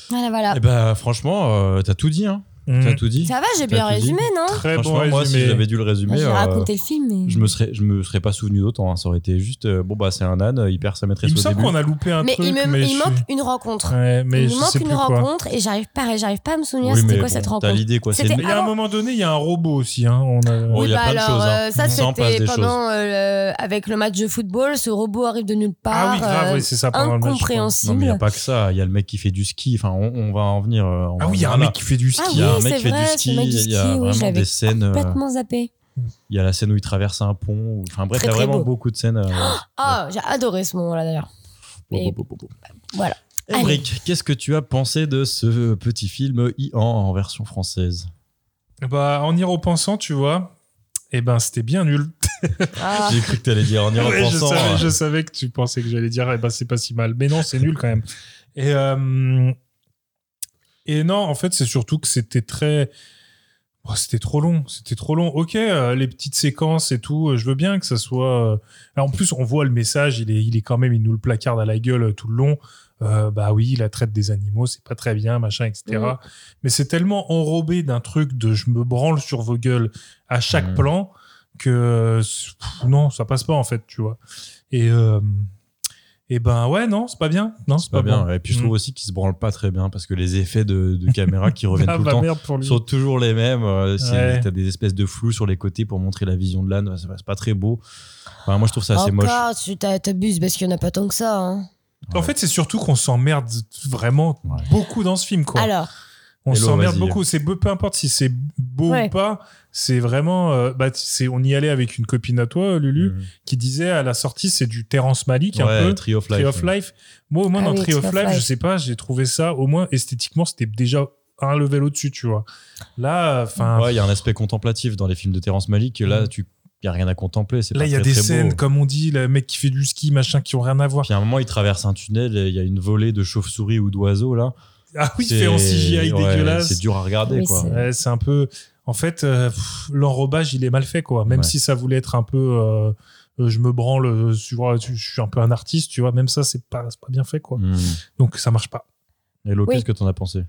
Voilà, voilà. Eh Et ben, bah, franchement, euh, t'as tout dit. Hein. Mm. T'as tout dit. Ça va, j'ai bien t'as tout dit résumé, non Très bon franchement, résumé. moi, si j'avais dû le résumer, J'ai euh, raconté le film, mais. je me serais, je me serais pas souvenu d'autant. hein. Ça aurait été juste, euh, bon bah, c'est un âne, il perd sa maîtresse il me au semble début. qu'on a loupé un mais truc. il me mais il je manque suis- une rencontre. Ouais, mais il je me manque sais une plus quoi. rencontre, et j'arrive pareil, j'arrive pas à me souvenir Oui, c'était mais quoi bon, cette T'as rencontre. l'idée quoi. C'est C'était une- Mais il y a un Avant- moment donné, il y a un robot aussi. hein. On a- Bon, il oui, y a bah plein de alors, choses, hein. euh, ça On s'en passe c'était des pendant euh, le- avec le match de football, ce robot arrive de nulle part. Ah oui, grave, euh, oui, c'est ça. pendant le match, je crois. Non, mais il n'y a incompréhensible. pas que ça. Il y a le mec qui fait du ski. Enfin, on, on va en venir. euh, on Ah va oui, il y a en un venir mec qui fait du ski. Ah Il y a oui, un mec c'est qui fait vrai, du ce ski. mec du Il y a ski, oui, je vraiment l'avais des scènes. euh, Complètement zappé. il y a la scène où il traverse un pont. ou- Enfin, bref, Très, il y a très vraiment beau. beaucoup de scènes. euh, Ah, j'ai adoré ce moment-là d'ailleurs. bon, Et- bon, bon, bon, bon. bah, Voilà. Et Allez. Brick, qu'est-ce que tu as pensé de ce petit film Ian en version française Bah, en y repensant, tu vois, eh ben, c'était bien nul. Ah. J'ai cru que tu allais dire en y Ouais, je, repensant. savais, euh, je savais que tu pensais que j'allais dire, eh ben, c'est pas si mal. Mais non, c'est nul quand même. Et, euh, et non, en fait, c'est surtout que c'était très. oh, c'était trop long, c'était trop long. Ok, euh, les petites séquences et tout, euh, je veux bien que ça soit. euh, Alors, en plus, on voit le message, il est, il est quand même, il nous le placarde à la gueule euh, tout le long. Euh, bah oui, la traite des animaux, c'est pas très bien, machin, etc. Mm. Mais c'est tellement enrobé d'un truc de je me branle sur vos gueules à chaque Mm. plan que euh, pff, non, ça passe pas en fait, tu vois. Et, euh, et ben ouais, non, c'est pas bien. Non, c'est Pas pas, bien. bon. Et puis je trouve Mm. aussi qu'il se branle pas très bien parce que les effets de, de caméra qui reviennent Ah tout le bah temps merde pour lui. sont toujours les mêmes. euh, c'est- Ouais. T'as des espèces de flous sur les côtés pour montrer la vision de l'âne. C'est pas- c'est pas très beau. Enfin, moi, je trouve ça assez moche. Encore, tu t'a- t'abuses parce qu'il n'y en a pas tant que ça. hein. En Ouais. fait, c'est surtout qu'on s'emmerde vraiment Ouais. beaucoup dans ce film, quoi. Alors, on Hello, s'emmerde vas-y. beaucoup. C'est beau- peu importe si c'est beau Ouais. ou pas. C'est vraiment, euh, bah, c'est, on y allait avec une copine à toi, Lulu, Mm. qui disait à la sortie, c'est du Terrence Malick Ouais, un peu. Tree of Life. Tree of ouais. Life. Moi, au moins, Ah dans oui, Tree of Tree of Life, je Life. sais pas, j'ai trouvé ça, au moins esthétiquement, c'était déjà un level au-dessus, tu vois. Là, enfin, Ouais, il y a un aspect contemplatif dans les films de Terrence Malick. que Là, Ah. Mm. tu y a rien à contempler. C'est là, pas il y a très, des très scènes, beau. comme on dit, le mec qui fait du ski, machin, qui ont rien à voir. Puis à un moment, il traverse un tunnel. et Il y a une volée de chauves-souris ou d'oiseaux là. Ah oui, C'est- fait en CGI ouais, dégueulasse. C'est dur à regarder Oui, quoi. c'est- Ouais, c'est un peu. En fait, euh, pff, l'enrobage, il est mal fait, quoi. Même Ouais. si ça voulait être un peu. euh, euh, je me branle, euh, tu vois, tu- je suis un peu un artiste, tu vois. Même ça, c'est pas, c'est pas bien fait, quoi. Mm. Donc, ça marche pas. Hello, Oui. qu'est-ce que t'en as pensé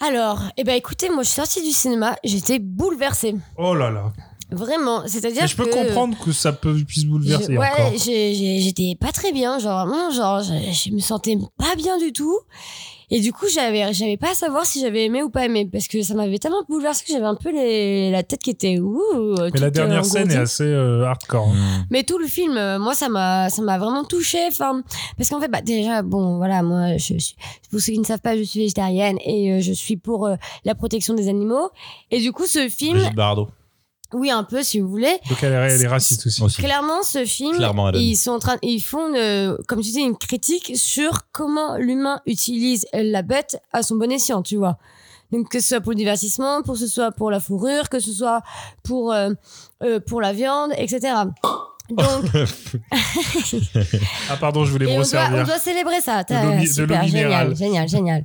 Alors, eh ben écoutez, moi je suis sortie du cinéma, j'étais bouleversée. Oh là là. Vraiment, c'est-à-dire Mais que... je peux comprendre que ça peut, puisse bouleverser Je- encore. ouais, j'ai- j'ai- j'étais pas très bien, genre vraiment, genre je, je me sentais pas bien du tout. Et du coup, j'avais j'avais pas à savoir si j'avais aimé ou pas aimé parce que ça m'avait tellement bouleversé que j'avais un peu les- la tête qui était ouh. Mais la dernière scène est assez euh, hardcore. Mais tout le film, euh, moi, ça m'a, ça m'a vraiment touchée. Enfin, parce qu'en fait, bah, déjà, bon, voilà, moi, je suis, pour ceux qui ne savent pas, je suis végétarienne et euh, je suis pour euh, la protection des animaux. Et du coup, ce film, Brigitte Bardot. oui, un peu, si vous voulez, Donc elle est, elle est raciste aussi. Aussi. clairement, ce film, Clairement, Alan. ils sont en train, ils font, une- comme tu dis, une critique sur comment l'humain utilise la bête à son bon escient, tu vois. Donc que ce soit pour le divertissement, pour ce soit pour la fourrure, que ce soit pour euh, euh, pour la viande, etc. Donc Ah pardon, je voulais Et on me doit, on resservir. doit célébrer ça. T'as- De l'eau mi- de super, l'eau génial, minérale. génial, génial.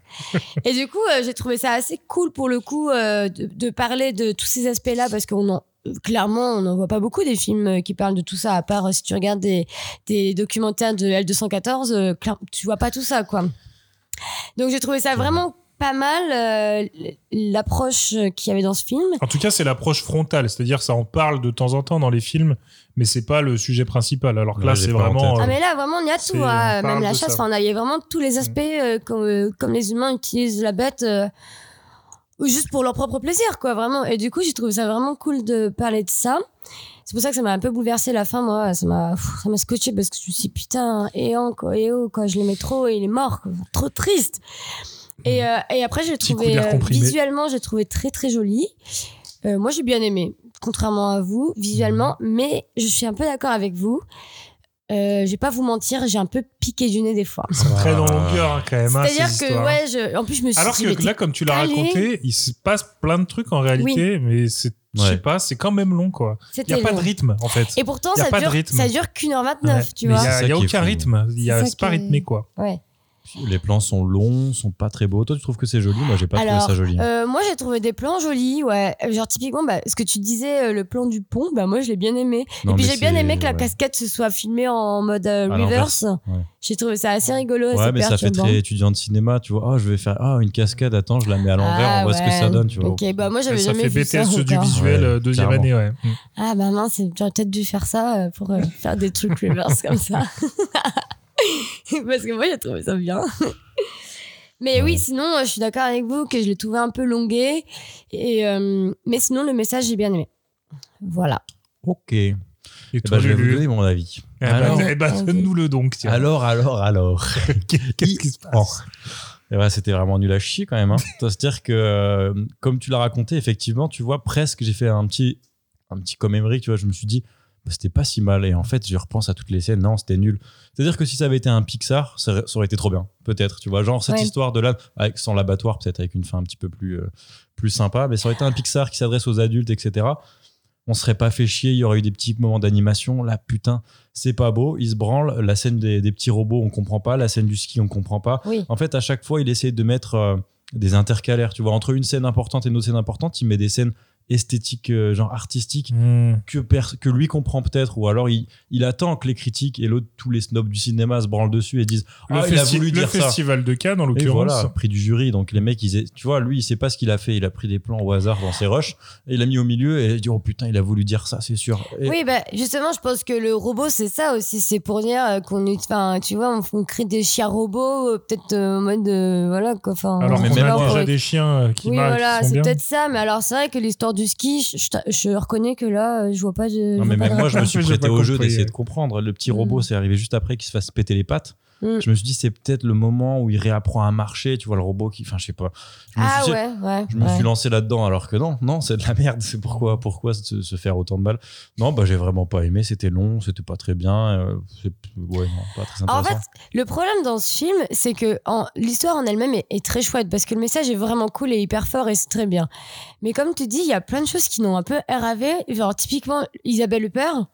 et du coup, euh, j'ai trouvé ça assez cool pour le coup euh, de, de parler de tous ces aspects-là parce qu'on en euh, clairement on n'en voit pas beaucoup des films euh, qui parlent de tout ça à part euh, si tu regardes des, des documentaires de L214 euh, clair- tu vois pas tout ça quoi donc j'ai trouvé ça vraiment pas mal euh, l'approche euh, qu'il y avait dans ce film En tout cas, c'est l'approche frontale, c'est-à-dire ça en parle de temps en temps dans les films, mais c'est pas le sujet principal. Alors que Ouais, là, j'ai c'est pas en vraiment. tête. euh, Ah mais là vraiment on y a C'est- tout, on hein. parle même la de chasse, ça. Mm. enfin, on a- il y a vraiment tous les aspects euh, comme, euh, comme les humains utilisent la bête euh, ou juste pour leur propre plaisir quoi vraiment. Et du coup j'ai trouvé ça vraiment cool de parler de ça. C'est pour ça que ça m'a un peu bouleversé la fin moi, ça m'a pff, ça m'a scotché parce que je me suis dit putain et en quoi et oh quoi je l'aimais trop et il est mort quoi. trop triste. Et, euh, et après j'ai Mm. Petit coup trouvé d'air euh, comprimé. visuellement j'ai trouvé très très joli. Euh, moi j'ai bien aimé contrairement à vous visuellement Mhm. mais je suis un peu d'accord avec vous. Euh, je vais pas vous mentir, j'ai un peu piqué du nez des fois. Très Ah. dans mon cœur, hein, quand même. hein, Ah, C'est-à-dire ces que, histoires. ouais, je, en plus, je me suis Alors dit, que mais t'es- là, comme tu l'as calé. raconté, il se passe plein de trucs en réalité, mais c'est, je Ouais. sais pas, c'est quand même long, quoi. Il c'était n'y a pas long. de rythme, en fait. Et pourtant, y a ça pas de dure, rythme. ça dure qu'une heure 29, tu Mais vois. il n'y C'est a, ça y a qui est aucun fou. rythme. Il y a- C'est ça c'est pas qui est- rythmé, quoi. Ouais. Les plans sont longs, sont pas très beaux. Toi, tu trouves que c'est joli Moi, j'ai pas Alors, trouvé ça joli. euh, moi, j'ai trouvé des plans jolis, ouais. Euh, Genre, typiquement, bah, ce que tu disais, euh, le plan du pont, bah, moi, je l'ai bien aimé. Non, Et puis, mais j'ai bien c'est- aimé que la ouais. casquette se soit filmée en mode euh, À reverse. l'inverse, ouais. J'ai trouvé ça assez rigolo, assez Ouais, mais ça fait perturbant. très étudiant de cinéma, tu vois. Ah, je vais faire ah, une cascade, attends, je la mets à l'envers, Ah, on voit ce que ouais. ça donne, tu vois. Ok, bah, moi, j'avais ça jamais fait vu ça BTS du encore. visuel Ouais, euh, deuxième clairement. année, ouais. Mm. Ah bah mince, j'aurais peut-être dû faire ça euh, pour euh, faire des trucs reverse comme ça. Parce que moi j'ai trouvé ça bien. Mais oui, sinon euh, je suis d'accord avec vous que je l'ai trouvé un peu longué. Et, euh, mais sinon le message j'ai bien aimé. Voilà. Ok. Eh Et ben, toi, je vais vous Lulu donner mon avis. Eh ben, Alors, eh ben, donne-nous-le donc, tiens. alors, alors, alors. Qu'est-ce qui se Oh. passe Et ouais, c'était vraiment nul à chier quand même. Hein. C'est-à-dire que, euh, comme tu l'as raconté, effectivement, tu vois, presque, j'ai fait un petit, un petit commémorie, tu vois, je me suis dit, bah, c'était pas si mal. Et en fait, je repense à toutes les scènes, non, c'était nul. C'est-à-dire que si ça avait été un Pixar, ça, aurait- ça aurait été trop bien, peut-être, tu vois. Genre, cette Ouais. histoire de là, avec, sans l'abattoir, peut-être avec une fin un petit peu plus, euh, plus sympa, mais ça aurait été un Pixar qui s'adresse aux adultes, etc. On serait pas fait chier, il y aurait eu des petits moments d'animation. Là, putain, c'est pas beau, il se branle. La scène des, des petits robots, on comprend pas. La scène du ski, on comprend pas. Oui. En fait, à chaque fois, il essaie de mettre euh, des intercalaires. Tu vois, entre une scène importante et une autre scène importante, il met des scènes esthétiques, euh, genre artistiques, Mm. que, pers- que lui comprend peut-être. Ou alors, il, il attend que les critiques et l'autre, tous les snobs du cinéma se branlent dessus et disent Le, Ah, il a festi- voulu le dire ça. festival de Cannes, en Et l'occurrence. voilà, prix du jury. Donc les mecs, ils, a- tu vois, lui, il sait pas ce qu'il a fait. Il a pris des plans au hasard dans ses rushs et il a mis au milieu et il dit Oh putain, il a voulu dire ça, c'est sûr. Et- Oui, bah justement, je pense que le robot c'est ça aussi, c'est pour dire euh, qu'on est, enfin, tu vois, on, on crée des chiens robots, euh, peut-être euh, en mode, euh, voilà, quoi, enfin. Alors on mais qu'on se même bat a moi- pour- déjà des chiens euh, qui oui, marchent, qui voilà, sont c'est bien. peut-être ça, mais alors c'est vrai que l'histoire du ski, je, je t'a- je reconnais que là, euh, je vois pas de. Non, mais je vois même pas moi, de- je me suis J'ai prêté pas au jeu compris, d'essayer ouais. de comprendre. Le petit Mm. robot, c'est arrivé juste après qu'il se fasse péter les pattes. Mm. Je me suis dit, c'est peut-être le moment où il réapprend à marcher. Tu vois, le robot qui. Enfin, je sais pas. Je me Ah suis, ouais, ouais. Je me ouais. suis lancé là-dedans alors que non, non, c'est de la merde. C'est pourquoi, pourquoi se, se faire autant de balles Non, bah j'ai vraiment pas aimé. C'était long, c'était pas très bien. euh, c'est- ouais, non, pas très intéressant. En fait, le problème dans ce film, c'est que en- l'histoire en elle-même est, est très chouette parce que le message est vraiment cool et hyper fort et c'est très bien. Mais comme tu dis, il y a plein de choses qui n'ont un peu RAV. Genre, typiquement, Isabelle Huppert,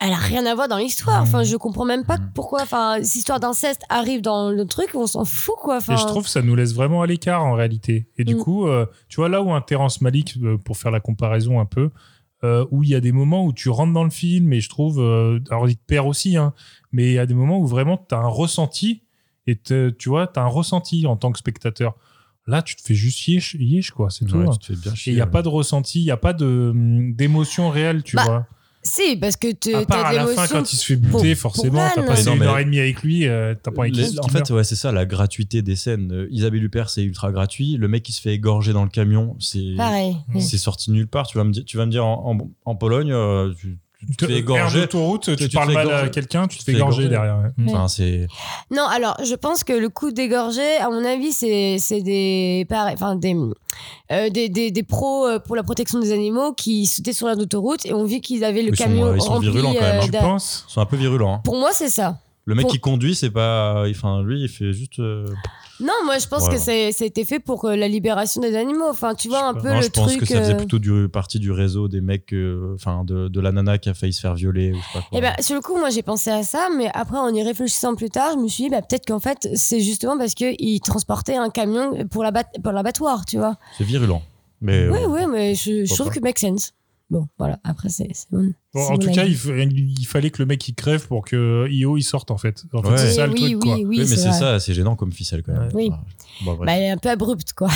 elle a rien à voir dans l'histoire. Enfin, je comprends même pas Mm. pourquoi. Enfin, cette histoire d'inceste arrive dans le truc, on s'en fout quoi. Enfin, Et je trouve que ça nous laisse vraiment à l'écart en réalité. Et du hein. Mm. coup, euh, tu vois, là où un Terrence Malik, euh, pour faire la comparaison un peu, euh, où il y a des moments où tu rentres dans le film et je trouve, euh, alors il te perd aussi, hein, mais il y a des moments où vraiment tu as un ressenti et te- tu vois, tu as un ressenti en tant que spectateur. Là, tu te fais juste yesh, yesh quoi, c'est tout. Ouais, hein. tu te fais bien Et chier. il n'y a ouais. pas de ressenti, il n'y a pas de, hum, d'émotion réelle, tu Bah, vois. Si, parce que tu À part as à de la fin, l'émotion. quand il se fait buter, pour- forcément, pour t'as Anne. passé Mais non, une mais- heure et demie avec lui, euh, t'as pas envie Les- qu'il se en fait, meure. ouais, c'est ça, la gratuité des scènes. Euh, Isabelle Huppert, c'est ultra gratuit. Le mec qui se fait égorger dans le camion, c'est Pareil. Mm. c'est sorti nulle part. Tu vas me dire, tu vas me dire en, en- en Pologne, euh, tu, tu te fais Aire égorger. d'autoroute, tu, Tu te parles fais mal à égorger. quelqu'un, tu te fais égorger derrière. ouais. Mm. Enfin, c'est Non, alors je pense que le coup d'égorger, à mon avis, c'est c'est des pareil, enfin des, euh, des des des pros euh, pour la protection des animaux qui sautaient sur la d'autoroute et ont vu qu'ils avaient le Ils sont- camion ils sont rempli. virulents, quand même, hein. Tu d'a- penses ils sont un peu virulents. hein. Pour moi, c'est ça. Le mec Pour- qui conduit, c'est pas. Enfin, lui, il fait juste. euh, Non, moi, je pense Ouais. que c'est c'était fait pour euh, la libération des animaux. Enfin, tu vois un peu non, le je pense truc. que ça faisait euh, plutôt du, partie du réseau des mecs, euh, enfin, de, de la nana qui a failli se faire violer ou je sais pas quoi. Eh ben, sur le coup, moi, j'ai pensé à ça, mais après, en y réfléchissant plus tard, je me suis dit, bah, peut-être qu'en fait, c'est justement parce qu'ils transportaient un camion pour l'abat- pour l'abattoir, tu vois. C'est virulent. Mais Oui, euh, oui, mais je, je pourquoi trouve pas. que make sense. Bon, voilà, après, c'est c'est mon. c'est Bon, en mon tout cas, avis. il, fa- il fallait que le mec il crève pour que Io il sorte en fait. En fait, Ouais. c'est ça le oui, truc Eh oui, quoi. oui, oui, mais c'est vrai. ça, c'est gênant comme ficelle quand même. Oui. Bon, bref. Bah, elle est un peu abrupte, quoi.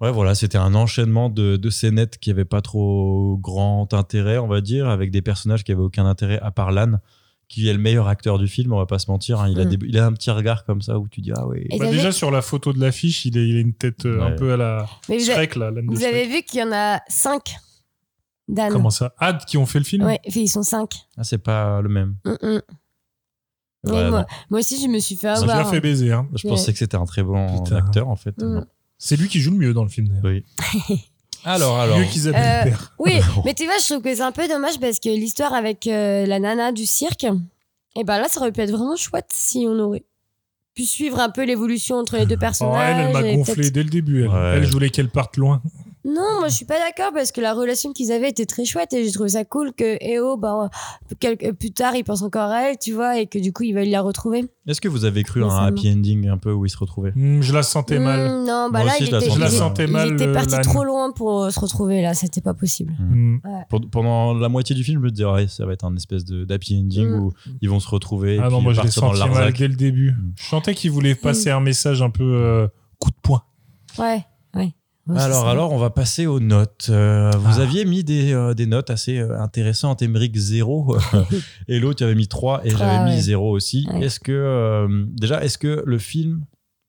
Ouais, voilà, c'était un enchaînement de, de scénettes qui n'avaient pas trop grand intérêt, on va dire, avec des personnages qui n'avaient aucun intérêt, à part Lan, qui est le meilleur acteur du film, on va pas se mentir. hein. il, a Mm. des- il a un petit regard comme ça où tu dis, ah oui. Et- Ils Bah, avaient- déjà sur la photo de l'affiche, il, est- il a une tête euh, un Ouais. peu à la Mais vous, a- Shrek là, l'âne de vous Shrek. avez vu qu'il y en a 5 d'ânes. Comment ça Ad qui ont fait le film Ouais, enfin, ils sont 5. Ah, c'est pas le même. Ouais, moi, non. moi aussi, je me suis fait Ça a bien avoir. fait baiser. hein. Je Ouais. pensais que c'était un très bon Putain. acteur, en fait. Mm. Non. C'est lui qui joue le mieux dans le film. d'ailleurs. Oui. Alors, alors. Mieux qu'Isabelle Euh, Huppert. Oui, mais tu vois, je trouve que c'est un peu dommage parce que l'histoire avec euh, la nana du cirque, et ben là, ça aurait pu être vraiment chouette si on aurait pu suivre un peu l'évolution entre les deux Oh, personnages. elle, elle m'a et gonflé peut-être- dès le début. Elle, Ouais. Elle, je voulais qu'elle parte loin. Non, moi, je suis pas d'accord parce que la relation qu'ils avaient était très chouette et j'ai trouvé ça cool que Eo, ben, quel- plus tard, il pense encore à elle, tu vois, et que du coup, il va la retrouver. Est-ce que vous avez cru à Mais ça un me- happy ending un peu où il se retrouvait Hmm, je la sentais mal. Hmm, non, bah Moi là, aussi, il je la était, sentais il mal. est- Je la sentais il mal, était le- parti l'âne. trop loin pour euh, se retrouver là, c'était pas possible. Hmm. Pend- Pendant la moitié du film, je me disais, ouais, ça va être un espèce de- d'happy ending Mm. où ils vont se retrouver Ah et non, puis moi je l'ai partir dans le senti mal Larzac. dès le début. Mm. Je sentais qu'il voulait passer un message un peu euh, coup de poing. Ouais, ouais. Ouais, c'est Alors, ça. alors, on va passer aux notes. Euh, vous Ah. aviez mis des, euh, des notes assez euh, intéressantes. Émeric 0 et l'autre, tu avais mis 3 et Trois, j'avais ouais. mis 0 aussi. Ouais. Est-ce que, euh, déjà, est-ce que le film,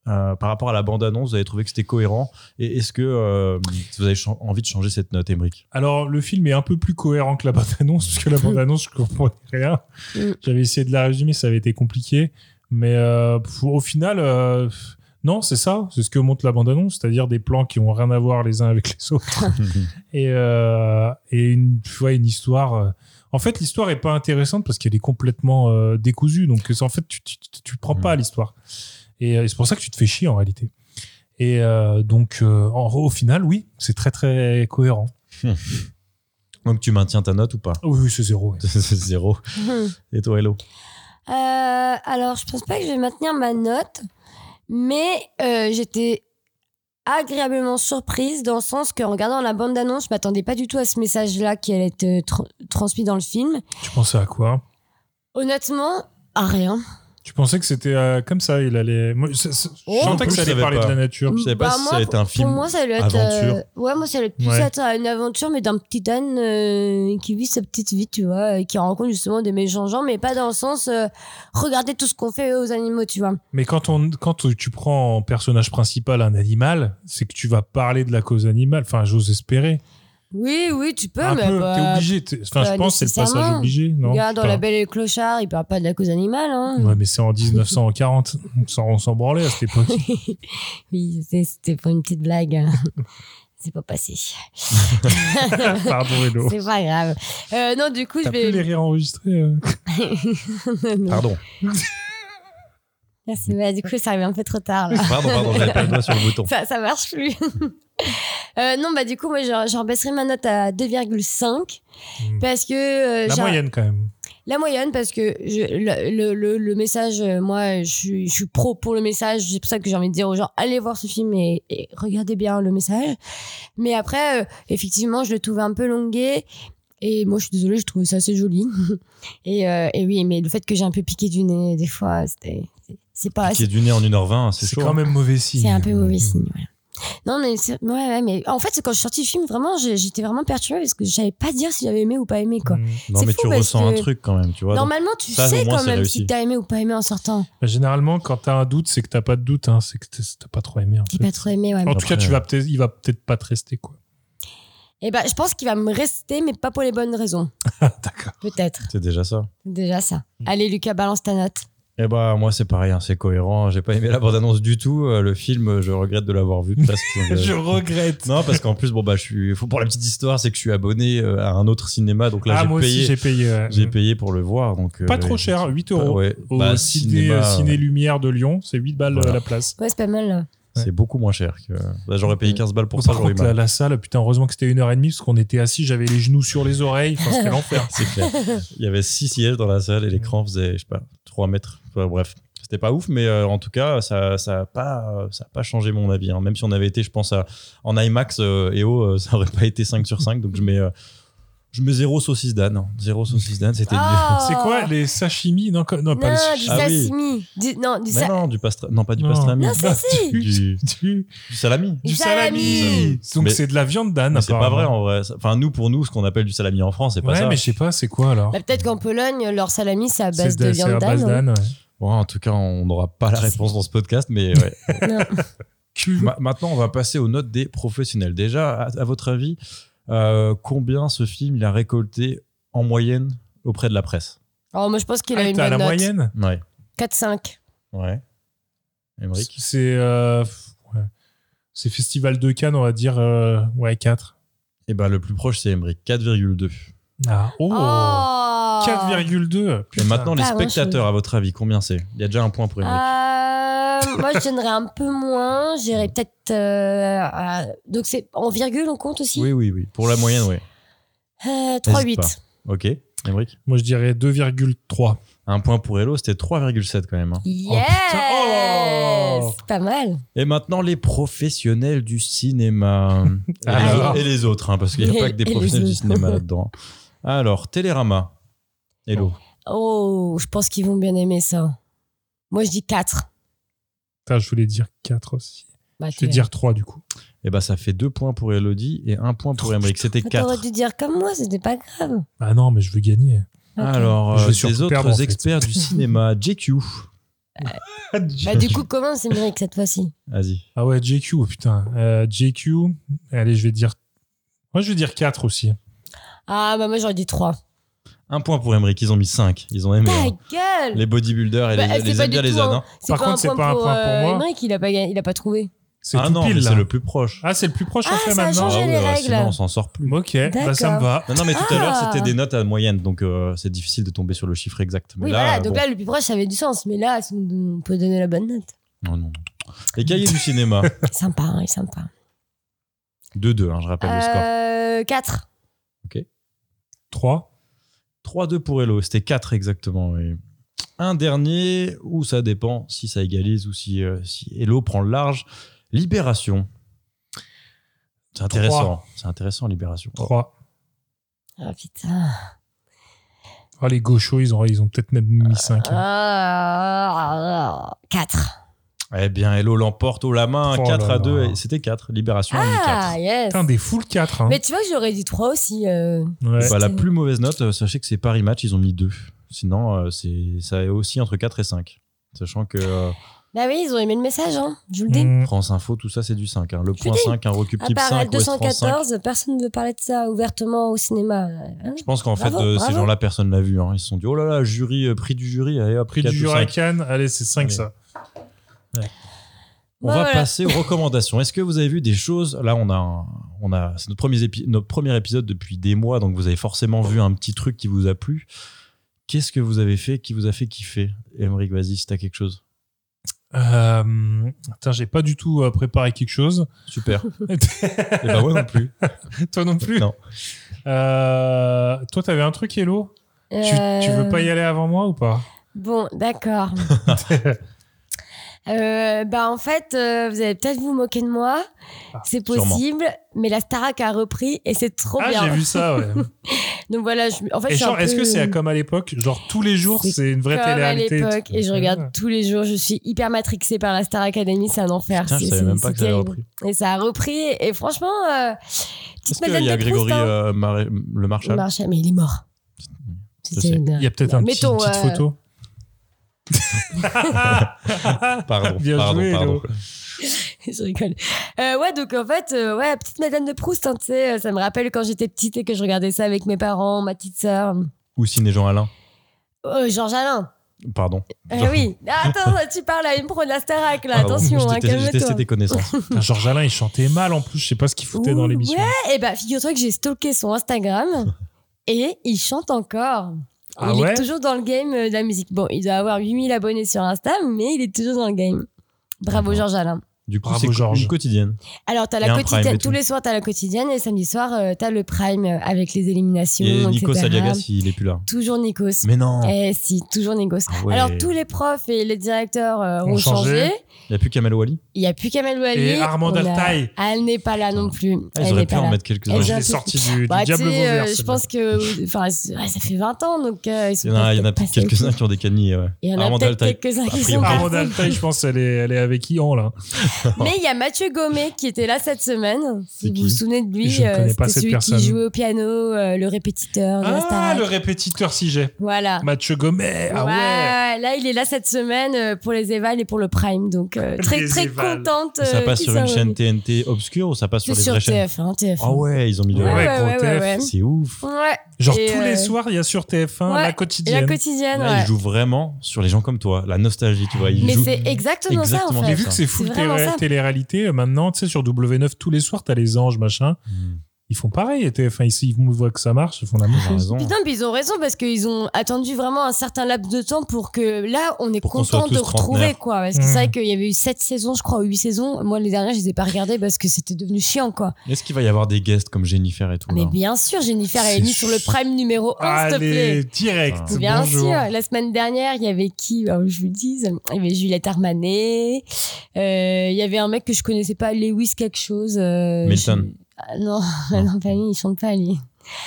euh, par rapport à la bande-annonce, vous avez trouvé que c'était cohérent Et est-ce que euh, vous avez chan- envie de changer cette note, Émeric Alors, le film est un peu plus cohérent que la bande-annonce, parce que la bande-annonce, je comprenais rien. Mm. J'avais essayé de la résumer, ça avait été compliqué. Mais euh, pff, au final, euh, non, c'est ça. C'est ce que montre la bande-annonce, c'est-à-dire des plans qui ont rien à voir les uns avec les autres. et euh, et une, ouais, une histoire. euh, en fait, l'histoire est pas intéressante parce qu'elle est complètement euh, décousue. Donc, c'est- en fait, tu tu, tu- tu prends pas à l'histoire. Et, euh, c'est pour ça que tu te fais chier en réalité. Et euh, donc, euh, en- au final, oui, c'est très très cohérent. Donc, tu maintiens ta note ou pas Ah Oui, oui, c'est zéro. ouais. C'est 0. Hmm. Et toi, Hello Euh, alors, je pense pas que je vais maintenir ma note, mais euh, j'étais agréablement surprise dans le sens qu'en regardant la bande-annonce, je m'attendais pas du tout à ce message-là qui allait être euh, tra- transmis dans le film. Tu pensais à quoi Honnêtement, à rien. Tu pensais que c'était euh, comme ça, il allait. Moi, ça- ça- Oh. je sentais Non que plus, ça je allait savais parler pas. de la nature. Je savais pas Bah, si moi, ça allait être un film Pour moi, ça allait être. euh, aventure. ouais, moi, ça allait être plus Ouais. être une aventure, mais d'un petit âne euh, qui vit sa petite vie, tu vois, et qui rencontre justement des méchants gens, mais pas dans le sens euh, regardez tout ce qu'on fait aux animaux, tu vois. Mais quand, on, quand tu prends en personnage principal un animal, c'est que tu vas parler de la cause animale. Enfin, j'ose espérer. Oui, oui, tu peux, un mais. peu, bah, t'es obligé. t'es- Enfin, pas je pense que c'est le passage nécessairement. obligé. Non Regarde, dans Enfin, La Belle et le Clochard, il parle pas de la cause animale. Hein. Ouais, mais c'est en 1940. On s'en- on s'en branlait à cette époque. Oui, je sais, c'était pour une petite blague. C'est pas passé. Pardon, Hello. C'est pas grave. Euh, non, du coup, je T'as plus les vais. rires enregistrés. euh. Pardon, Merci, mais du coup, ça arrive un peu trop tard. Là. pardon, pardon, j'avais pas le doigt sur le bouton. Ça, ça marche plus. Euh, non, bah, du coup, moi, j'en j'en baisserai ma note à 2,5 Mm. parce que. euh, La j'ai- moyenne, quand même. La moyenne, parce que je- le, le- le- le message, euh, moi, je, suis- je suis pro pour le message. C'est pour ça que j'ai envie de dire aux gens, allez voir ce film et, et regardez bien le message. Mais après, euh, effectivement, je le trouve un peu longué. Et moi, je suis désolée, je trouvais ça assez joli. Et, euh, et oui, mais le fait que j'ai un peu piqué du nez, des fois, c'était. c'est- C'est pas. Qui est du nez en 1h20, c'est C'est hein. chaud. quand même mauvais signe. C'est un peu mauvais signe, voilà. Non, mais, c'est- ouais, ouais, mais en fait, quand je suis sortie du film, vraiment, j'ai- j'étais vraiment perturbée parce que je savais pas dire si j'avais aimé ou pas aimé, quoi. Mm. Non, C'est mais fou tu parce ressens que- un truc quand même, tu vois. donc- Normalement, tu ça, au sais moins, quand c'est même réussi. si t'as aimé ou pas aimé en sortant. Bah, Généralement, quand t'as un doute, c'est que t'as pas de doute, hein, c'est que t'es- t'as pas trop aimé. En, J'ai fait. pas trop aimé, ouais. En tout Après, cas, tu euh, vas peut-être, il va peut-être pas te rester quoi. Et bah, je pense qu'il va me rester, mais pas pour les bonnes raisons. D'accord. Peut-être. C'est déjà ça. Déjà ça. Mm. Allez, Lucas, balance ta note. Eh bah, moi, c'est pareil, hein, c'est cohérent. J'ai pas aimé la bande-annonce du tout. Euh, le film, euh, je regrette de l'avoir vu. parce que, euh, Je regrette. Non, parce qu'en plus, bon, bah, je suis. Faut pour la petite histoire, c'est que je suis abonné euh, à un autre cinéma, donc là, ah, moi j'ai aussi, payé. j'ai payé. ouais. J'ai payé pour le voir, donc. Pas euh, trop je- cher, 8 Bah, euros. ouais. Au Bah, ciné, cinéma, euh, ciné ouais. Lumière de Lyon, c'est 8 balles Voilà. euh, la place. Ouais, c'est pas mal. là. C'est beaucoup moins cher que. Bah, j'aurais payé 15 balles pour ça, Par j'aurais eu contre, la, mal. la salle, putain, heureusement que c'était une heure et demie parce qu'on était assis, j'avais les genoux sur les oreilles, enfin, c'était l'enfer. C'est clair. Il y avait 6 sièges dans la salle et l'écran faisait, je sais pas, 3 mètres. Enfin, bref. C'était pas ouf, mais euh, en tout cas, ça ça a pas, euh, ça a pas changé mon avis. hein. Même si on avait été, je pense, à, en IMAX euh, et oh, euh, ça aurait pas été 5 sur 5. Donc je mets, euh, je mets 0 saucisse d'âne. 0 saucisse d'âne, c'était Ah C'est quoi les sashimi Non, quoi- non, Non, pas les du sashimi. Ah oui. sashimi. Du- non, du nul. Mais sa- non, du pastra... non, pas du Non. pastrami. Non, c'est si. Du, du, Ah, Du, salami. Du du salami. salami. Donc Mais- c'est de la viande d'âne. Mais c'est pas apparemment. vrai en vrai. Enfin, nous, pour nous, ce qu'on appelle du salami en France, c'est pas Ah, Ouais, ça. mais je sais pas, c'est quoi alors Bah, Peut-être qu'en Pologne, leur salami, c'est à C'est base de c'est à viande base d'âne. hein. d'âne. ouais. Bon, en tout cas, on n'aura pas la réponse dans ce podcast, mais ouais. Non. Ma- Maintenant, on va passer aux notes des professionnels. Déjà, à, à votre avis, euh, combien ce film il a récolté en moyenne auprès de la presse Oh, moi, je pense qu'il a Ah, une t'as bonne la note. moyenne Ouais. 4-5. Ouais. Émeric C'est euh, pff, ouais. C'est Festival de Cannes, on va dire euh, ouais 4. Eh ben, le plus proche, c'est Émeric, 4,2. Ah, oh, Oh, 4,2. Et putain. maintenant, les Pas grand-chose. spectateurs, à votre avis, combien c'est Il y a déjà un point pour Émeric. Euh, moi, je donnerais un peu moins. J'irais peut-être. euh, à- donc, c'est en virgule, on compte aussi oui, oui, oui. Pour la moyenne, oui. Euh, Hésite 3-8. Oh, Ok. Émeric Moi je dirais 2,3. Un point pour Hello, c'était 3,7 quand même. hein. Yes putain, oh C'est Pas mal. Et maintenant, les professionnels du cinéma. et, Alors. les, et les autres, hein, parce qu'il n'y Et- a pas que des et les professionnels du autres. cinéma là-dedans. Alors, Télérama. Hello. Oh, je pense qu'ils vont bien aimer ça. Moi, je dis 4. Putain, je voulais dire 4 aussi. Bah, Je vais dire 3 du coup. Et bah, ça fait deux points pour Elodie et un point pour Emmerich. C'était T'aurais 4. dû dire comme moi, c'était pas grave. Ah non, mais je veux gagner. Ok. Alors, Je vais euh, surtout les autres perdre, en fait. experts du cinéma, JQ. Bah, du coup, comment c'est Méric cette fois-ci Vas-y. Ah ouais, JQ, putain. Euh, JQ, allez, je vais dire. Moi, je vais dire 4 aussi. Ah, bah, moi, j'aurais dit 3. Un point pour Emmerich. Ils ont mis 5. Ils ont aimé. Ta hein. gueule Les bodybuilders et Bah, les, c'est les pas aiment du bien tout les ânes. un- hein. C'est Par pas contre, c'est pas un point pour euh, moi. Emmerich, il a pas, gagn- il a pas trouvé. C'est ah tout non, pile mais là. c'est le plus proche. Ah, c'est le plus proche Ah, en fait ça a maintenant. changé. Changer les bah, règles. sinon, on s'en sort plus. Ok, bah ça D'accord. me va. Non, non, mais tout à l'heure, Ah. c'était des notes à moyenne, donc euh, c'est difficile de tomber sur le chiffre exact. Mais Oui, là, voilà. Donc bon. là, le plus proche, ça avait du sens. Mais là, si on on peut donner la bonne note. Non, non. Les cahiers du cinéma. Sympa, hein, il est sympa. 2-2, hein, je rappelle le score. Euh, 4. 3. 3-2 pour Hello, c'était 4 exactement. oui. Un dernier, ou ça dépend si ça égalise ou si, euh, si Hello prend le large. Libération. C'est intéressant. C'est intéressant, Libération. 3. Oh putain. Ah, les gauchos, ils ont, ils ont peut-être même mis 5. Ah, 4. Eh bien, Hello l'emporte haut la main, Oh 4 là à 2. là. et C'était 4. Libération a mis Ah, yes. Putain, des full 4. Hein. Mais tu vois, j'aurais dit 3 aussi. euh. Ouais. 4. Bah, la c'était- plus mauvaise note, euh, sachez que c'est Paris Match, ils ont mis 2. Sinon, euh, c'est ça est aussi entre 4 et 5. Sachant que euh, Bah oui, ils ont aimé le message, hein. Je vous le dis. Mm. France Info, tout ça, c'est du 5. hein. Le Je point dis, 5, un recul À type part 5, Ouest France 5. 214, personne ne veut parler de ça ouvertement au cinéma. hein. Je pense qu'en fait, Bravo, euh, ces bravo. gens-là, personne l'a vu. hein. Ils se sont dit, oh là là, jury, euh, prix du jury, allez hop, Prix quatre du ou Jura cinq. Cannes, allez, c'est 5 Allez. ça. On Ouais, va Bah voilà. passer aux recommandations. Est-ce que vous avez vu des choses Là, on a, un- on a, c'est notre premier, épi- notre premier épisode depuis des mois, donc vous avez forcément vu un petit truc qui vous a plu. Qu'est-ce que vous avez fait qui vous a fait kiffer Émeric, vas-y, si t'as quelque chose. Euh, Putain, j'ai pas du tout euh, préparé quelque chose. Super. Et bah, moi non plus. Toi non plus Non. Euh, toi, t'avais un truc, Hello tu, tu veux Euh, pas y aller avant moi ou pas Bon, d'accord. Euh, bah en fait, euh, vous allez peut-être vous moquer de moi, Ah, c'est sûrement. possible, mais la Starac a repris et c'est trop Ah, j'ai bien. vu ça, ouais. Donc voilà, je- en fait, Et je suis un genre, est-ce peu que c'est comme à l'époque Genre, tous les jours, C'est c'est une vraie comme à télé-réalité. l'époque et je regarde tous les jours. Je suis hyper matrixée par la Star Academy, c'est un enfer. Putain, je C'est- savais c'est- même pas c'est que ça avait terrible. Et ça a repris et franchement, euh, Est-ce petite qu'il Madeleine y a de Proust, Grégory hein. Bah. euh, Mar- Le Marchal Marshall, mais il est mort. Je C'était sais. une- Il y a peut-être un petit, Mettons, petite euh, photo. Pardon, Bien pardon, joué, pardon. Hélo. je rigole. Euh, ouais, donc en fait, euh, ouais, petite Madame de Proust, hein, tu sais, euh, ça me rappelle quand j'étais petite et que je regardais ça avec mes parents, ma petite sœur, Ou Ciné Jean Alain. Euh, Georges Alain. Pardon. Eh Genre- oui. Ah, Attends, tu parles à une pro de la Starac là, Pardon, attention, je hein, déteste- je détestais calme-toi. tes connaissances. Putain, Georges Alain, il chantait mal en plus. Je sais pas ce qu'il foutait dans Ouh, l'émission. Ouais, et bah figure-toi que j'ai stalké son Instagram et il chante encore. Ah il ouais est toujours dans le game euh, de la musique. Bon, il doit avoir 8000 abonnés sur Insta, mais il est toujours dans le game. Bravo D'accord. Georges Alain. Du coup, Bravo, c'est Georges. une quotidienne. Alors, t'as Et la un prime et quotidienne, tout. tous les soirs, t'as la quotidienne et samedi soir, euh, t'as le prime euh, avec les éliminations. Et Nico etc.. Aliagas, il est plus là. Toujours Nikos. Mais non Eh si, toujours Nikos. Ah ouais. Alors, tous les profs et les directeurs euh, Ont ont changé. changé. Il n'y a plus Kamel Wally Ah, Il n'y a plus Kamel Ouali. Et Armand On a- Altaï. oh Elle n'est pas là non plus. Ah, Ils Elle auraient n'est pu pas là. en mettre quelques-uns. Elle Je vient l'ai tout- Oh, sorti du, du Bah, Diable tu sais, euh, Vauvert. je celle-là. pense que enfin, c'est- ouais, ça fait 20 ans, donc euh, ils sont Il y en a, il y en a peut-être passés. peut-être quelques-uns qui ont des canniers. Ouais. Il y en a Armand peut-être Altaï. quelques-uns qui priori. sont Armand passés. Altaï, je pense, elle est, elle est avec Ian, là. Mais il y a Mathieu Gomet qui était là cette semaine. Si C'est vous qui vous souvenez de lui, Je ne euh, connais pas c'était cette celui personne. qui jouait au piano, euh, le répétiteur de la Ah, Starac. le répétiteur si j'ai. Voilà. Mathieu Gomet. Ah ouais. Ouais, Là, il est là cette semaine euh, pour les évals et pour le prime. Donc, euh, très, Les très évals. contente. Ça euh, passe qu'il sur soit une chaîne revenu. TNT obscure ou ça passe sur C'est les sur vraies chaînes TF1. TF1. Ah ouais, ils ont mis le. Ouais, ouais, gros ouais, TF. ouais, C'est ouf. ouais. Ouais. Genre Et, tous euh, les soirs, il y a sur TF1 ouais, la Et la quotidienne. quotidienne, Là, ouais. ils jouent vraiment sur les gens comme toi, la nostalgie, tu vois. Ils Mais jouent- c'est exactement, ça, Exactement. en fait. Mais vu que c'est full C'est vraiment télé- ça. télé-réalité, euh, maintenant, tu sais, sur W9, tous les soirs, t'as les anges, machin. Hmm, Ils font pareil. Et TF1, ici, ils voient que ça marche, ils font la même t'as chose. raison. Putain, mais ils ont raison parce qu'ils ont attendu vraiment un certain laps de temps pour que là, on est Pour qu'on soit content tous de retrouver trentenaires. Hmm. quoi. Parce que Mm. c'est vrai qu'il y avait eu 7 saisons, je crois, ou 8 saisons. Moi, les dernières, je les ai pas regardées parce que c'était devenu chiant quoi. Est-ce qu'il va y avoir des guests comme Jennifer et tout Ah, Mais là bien sûr, Jennifer, elle est Ah C'est mise sur le prime numéro 1, Oh, s'il te plaît. Allez, direct. Ah. Bien Bonjour. sûr, la semaine dernière, il y avait qui Alors, Je vous le dis, il y avait Juliette Armanet, euh, il y avait un mec que je connaissais pas, Lewis quelque chose. euh, Milton. je- Ah, non, non, pas lui, il chante pas lui.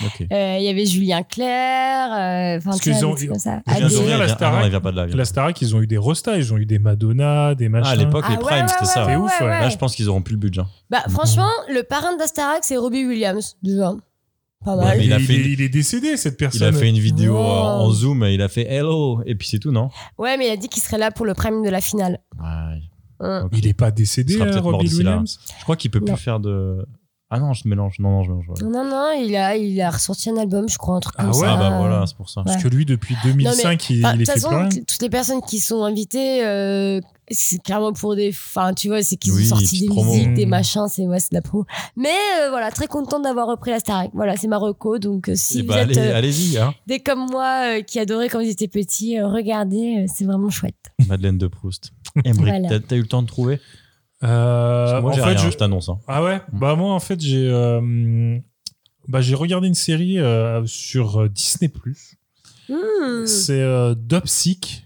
Ok. Euh, Il y avait Julien Clerc, euh, enfin, Parce tu vois, qu'ils des ont- trucs comme ça. Julien Julien Adé. Doré, Doré, la il vient- ah Starac. non, il vient pas de là. il vient- La Starac, ils ont eu des restas. Ils ont eu des Madonna, des machins. Ah, à l'époque, les Ah ouais, primes, ouais, c'était ouais, ça. hein. ouais, C'est ouf, ouais, ouais. Là, ouais. je pense qu'ils auront plus le budget. hein. Bah, franchement, le parrain d'Astarac, c'est Robbie Williams, déjà. Pas mal. mais il, il a il fait est, une- il est décédé, cette Il personne. a fait une vidéo Wow. euh, en zoom, et il a fait hello, et puis c'est tout, non Ouais, mais il a dit qu'il serait là pour le prime de la finale. Ouais. Hein. Ok. Il est pas Il décédé, sera peut-être euh, mort Robbie d'ici là. Williams Je crois qu'il peut Non. plus faire de. Ah non, je mélange. Non, non, je mélange. ouais. Non, non, il a, il a ressorti un album, je crois, un truc Ah comme ouais ça. Ah bah voilà, c'est pour ça. Ouais. Parce que lui, depuis 2005, il, Enfin, il de est toute fait façon, plein. t- toutes les personnes qui sont invitées, euh, c'est clairement pour des. Enfin, tu vois, c'est qu'ils Oui, ont sorti petite des promo. Mmh. musiques, des Mm. machins, c'est ouais, c'est de la promo. Mais euh, voilà, très contente d'avoir repris la Starac. Voilà, c'est Marocco. Donc, euh, si Eh vous bah, êtes allez- euh, Allez-y, hein. des comme moi euh, qui adoraient quand vous étiez petit, euh, regardez, euh, c'est vraiment chouette. Madeleine de Proust. Emmerich, Voilà. t'as- t'as eu le temps de trouver Parce Euh, que Moi, en j'ai fait, rien, je- je t'annonce. hein. Ah ouais Bah moi, en fait, j'ai euh, bah, j'ai regardé une série euh, sur euh, Disney+. Hmm. C'est euh, Dopsic.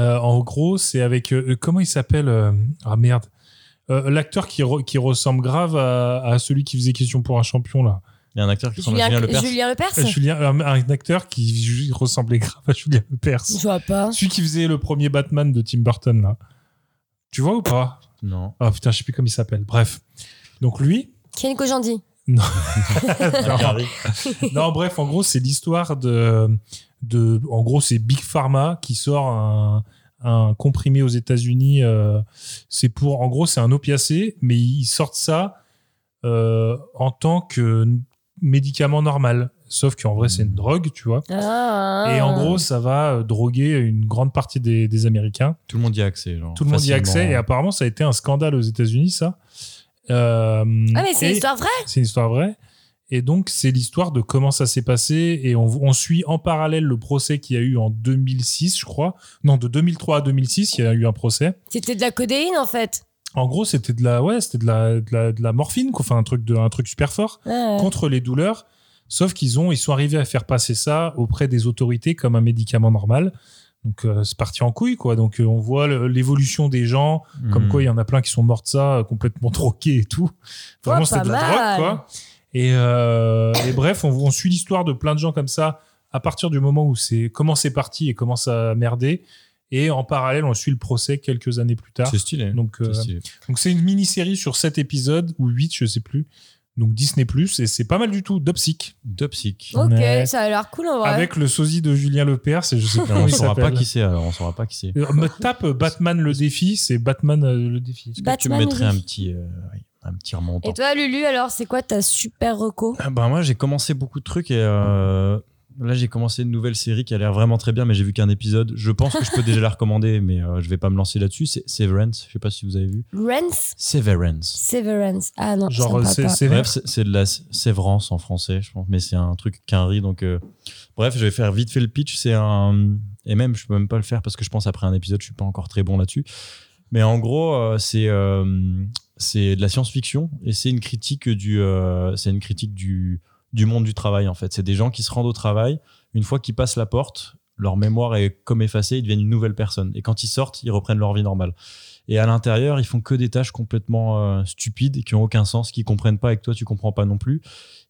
Euh, en gros, c'est avec... euh, euh, comment il s'appelle euh, Ah merde. Euh, L'acteur qui, re- qui ressemble grave à, à celui qui faisait Question pour un champion, là. Il y a un acteur qui ressemble à Julien, Julien Lepers. Julien Lepers Euh, Julien, un, un acteur qui ju- ressemblait grave à Julien Je Lepers. vois pas. Celui qui faisait le premier Batman de Tim Burton, là. Tu vois ou pas Non. Ah putain, je sais plus comment il s'appelle. Bref. Donc lui... Ken Kojandi. Regardez. non, bref, en gros, c'est l'histoire de, de. En gros, c'est Big Pharma qui sort un, un comprimé aux États-Unis. euh, c'est pour. En gros, c'est un opiacé, mais ils sortent ça euh, en tant que médicament normal. Sauf qu'en vrai, c'est une drogue, tu vois. Ah. Et en gros, ça va euh, droguer une grande partie des, des Américains. Tout le monde y a accès. genre, Tout le monde y a facilement. accès. Et apparemment, ça a été un scandale aux États-Unis, ça. Euh, Ah, mais c'est et- une histoire vraie c'est une histoire vraie. Et donc, c'est l'histoire de comment ça s'est passé. Et on, on suit en parallèle le procès qu'il y a eu en 2006, je crois. Non, de 2003 à 2006, il y a eu un procès. C'était de la codéine en fait. En gros, c'était de la, ouais, c'était de la, de la, de la morphine, quoi. enfin un truc, de, un truc super fort, Ah. contre les douleurs. Sauf qu'ils ont, ils sont arrivés à faire passer ça auprès des autorités comme un médicament normal. Donc euh, c'est parti en couille, quoi. Donc euh, on voit le- l'évolution des gens, Hmm. comme quoi il y en a plein qui sont morts de ça, euh, complètement troqués et tout. Vraiment, Ouais, c'était Oh, pas de la mal. drogue, quoi. Et, euh, et bref, on, on suit l'histoire de plein de gens comme ça à partir du moment où c'est comment c'est parti et comment ça a merdé. Et en parallèle, on suit le procès quelques années plus tard. C'est stylé. Donc, euh, C'est stylé. donc c'est une mini-série sur 7 épisodes ou 8, je sais plus. Donc Disney Plus et c'est pas mal du tout. Dopsic De psych. Ok, Ouais. ça a l'air cool en vrai. avec le sosie de Julien Lepers et je sais pas On comment il saura pas s'appelle. qui c'est alors, on saura pas qui c'est. Euh, Me tape Batman le défi, c'est Batman euh, le défi. Est-ce que tu me Batman, mettrais un oui. petit, euh, oui, un petit remontant Et toi, Lulu, alors, c'est quoi ta super reco Ah Ben moi j'ai commencé beaucoup de trucs et euh, là j'ai commencé une nouvelle série qui a l'air vraiment très bien mais j'ai vu qu'un épisode. Je pense que je peux déjà la recommander mais euh, je vais pas me lancer là-dessus. C'est Severance, je sais pas si vous avez vu. Rents Severance. Severance. Ah non, ça me Genre parle c'est pas. c'est- Bref, c'est c'est de la sé- sévrance en français, je pense, mais c'est un truc qu'un riz. Donc, euh, bref, je vais faire vite fait le pitch. C'est un et même je peux même pas le faire parce que je pense après un épisode, je suis pas encore très bon là-dessus. Mais en gros, euh, c'est euh, c'est de la science-fiction et c'est une critique du euh, c'est une critique du du monde du travail en fait. C'est des gens qui se rendent au travail une fois qu'ils passent la porte, leur mémoire est comme effacée, ils deviennent une nouvelle personne. Et quand ils sortent, ils reprennent leur vie normale. Et à l'intérieur, ils font que des tâches complètement euh, stupides et qui ont aucun sens, qui comprennent pas et que toi tu comprends pas non plus.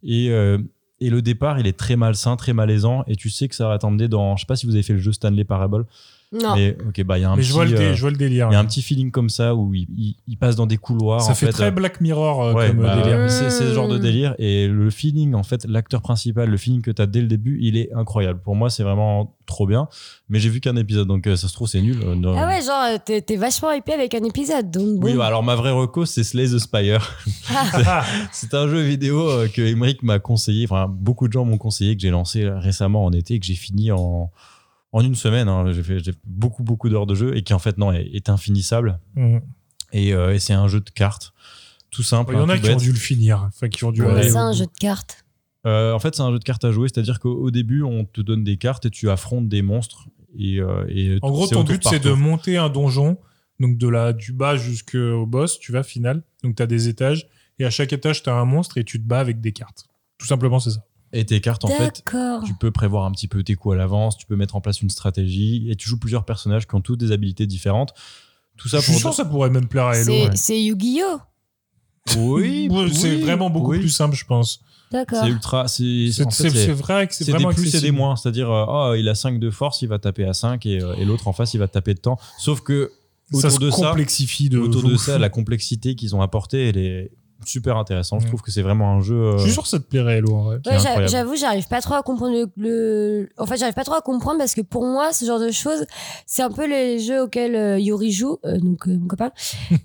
Et, euh, et le départ, il est très malsain, très malaisant. Et tu sais que ça va t'emmener dans. Je sais pas si vous avez fait le jeu Stanley Parable, Non. mais ok, bah il y a un Mais petit. je vois, le, dé- euh, je vois le délire. il y a un petit feeling comme ça où il, il- il passe dans des couloirs. ça en fait, fait, très euh, Black Mirror euh, Ouais, comme euh, bah, délire. C'est c'est ce genre de Mmh. délire. Et le feeling, en fait, l'acteur principal, le feeling que tu as dès le début, il est incroyable. Pour moi, c'est vraiment trop bien. Mais j'ai vu qu'un épisode, donc euh, ça se trouve, c'est nul. Euh, non. Ah ouais, genre, euh, t'es t'es vachement hypé avec un épisode, donc Oui, bon. bah, alors ma vraie reco, c'est Slay the Spire. C'est- c'est un jeu vidéo euh, que Emmerich m'a conseillé, enfin beaucoup de gens m'ont conseillé, que j'ai lancé là, récemment en été, et que j'ai fini en, en une semaine. hein. J'ai fait j'ai fait beaucoup, beaucoup d'heures de jeu et qui en fait, non, est, est infinissable. Mmh. Et, euh, et c'est un jeu de cartes, tout simple. Il y en hein, a tout qui ont bête. dû le finir, enfin qui ont dû. Ouais. aller C'est au ça, un bout. jeu de cartes. Euh, en fait, c'est un jeu de cartes à jouer, c'est-à-dire qu'au au début, on te donne des cartes et tu affrontes des monstres. Et, euh, et En gros, c'est ton au tour but par c'est de tour. monter un donjon, donc de la du bas jusqu'au boss, tu vas final. Donc tu as des étages et à chaque étage tu as un monstre et tu te bats avec des cartes. Tout simplement, c'est ça. Et tes cartes, en fait, D'accord. tu peux prévoir un petit peu tes coups à l'avance, tu peux mettre en place une stratégie, et tu joues plusieurs personnages qui ont toutes des habilités différentes. Tout ça Je suis pour. sûr que ça pourrait même plaire à Hello. C'est ouais. c'est Yu-Gi-Oh! Oui, Ouais, c'est oui, vraiment beaucoup oui. plus simple, je pense. D'accord. C'est ultra. C'est C'est en fait, c'est- c'est- c'est vrai que c'est c'est des vraiment plus et des accessible. moins. C'est-à-dire, euh, oh, il a 5 de force, il va taper à 5, et, euh, et l'autre en face, il va taper de temps. Sauf que Ça autour se de ça. complexifie de autour de ouf. ça, la complexité qu'ils ont apportée, elle est super intéressante. Je Mm. trouve que c'est vraiment un jeu. euh, Je suis sûr que ça te plairait, Hello. en vrai. C'est Ouais, j'a- incroyable. j'avoue, j'arrive pas trop à comprendre le, le- En fait, j'arrive pas trop à comprendre parce que pour moi, ce genre de choses, c'est un peu les jeux auxquels euh, Yuri joue, euh, donc euh, mon copain.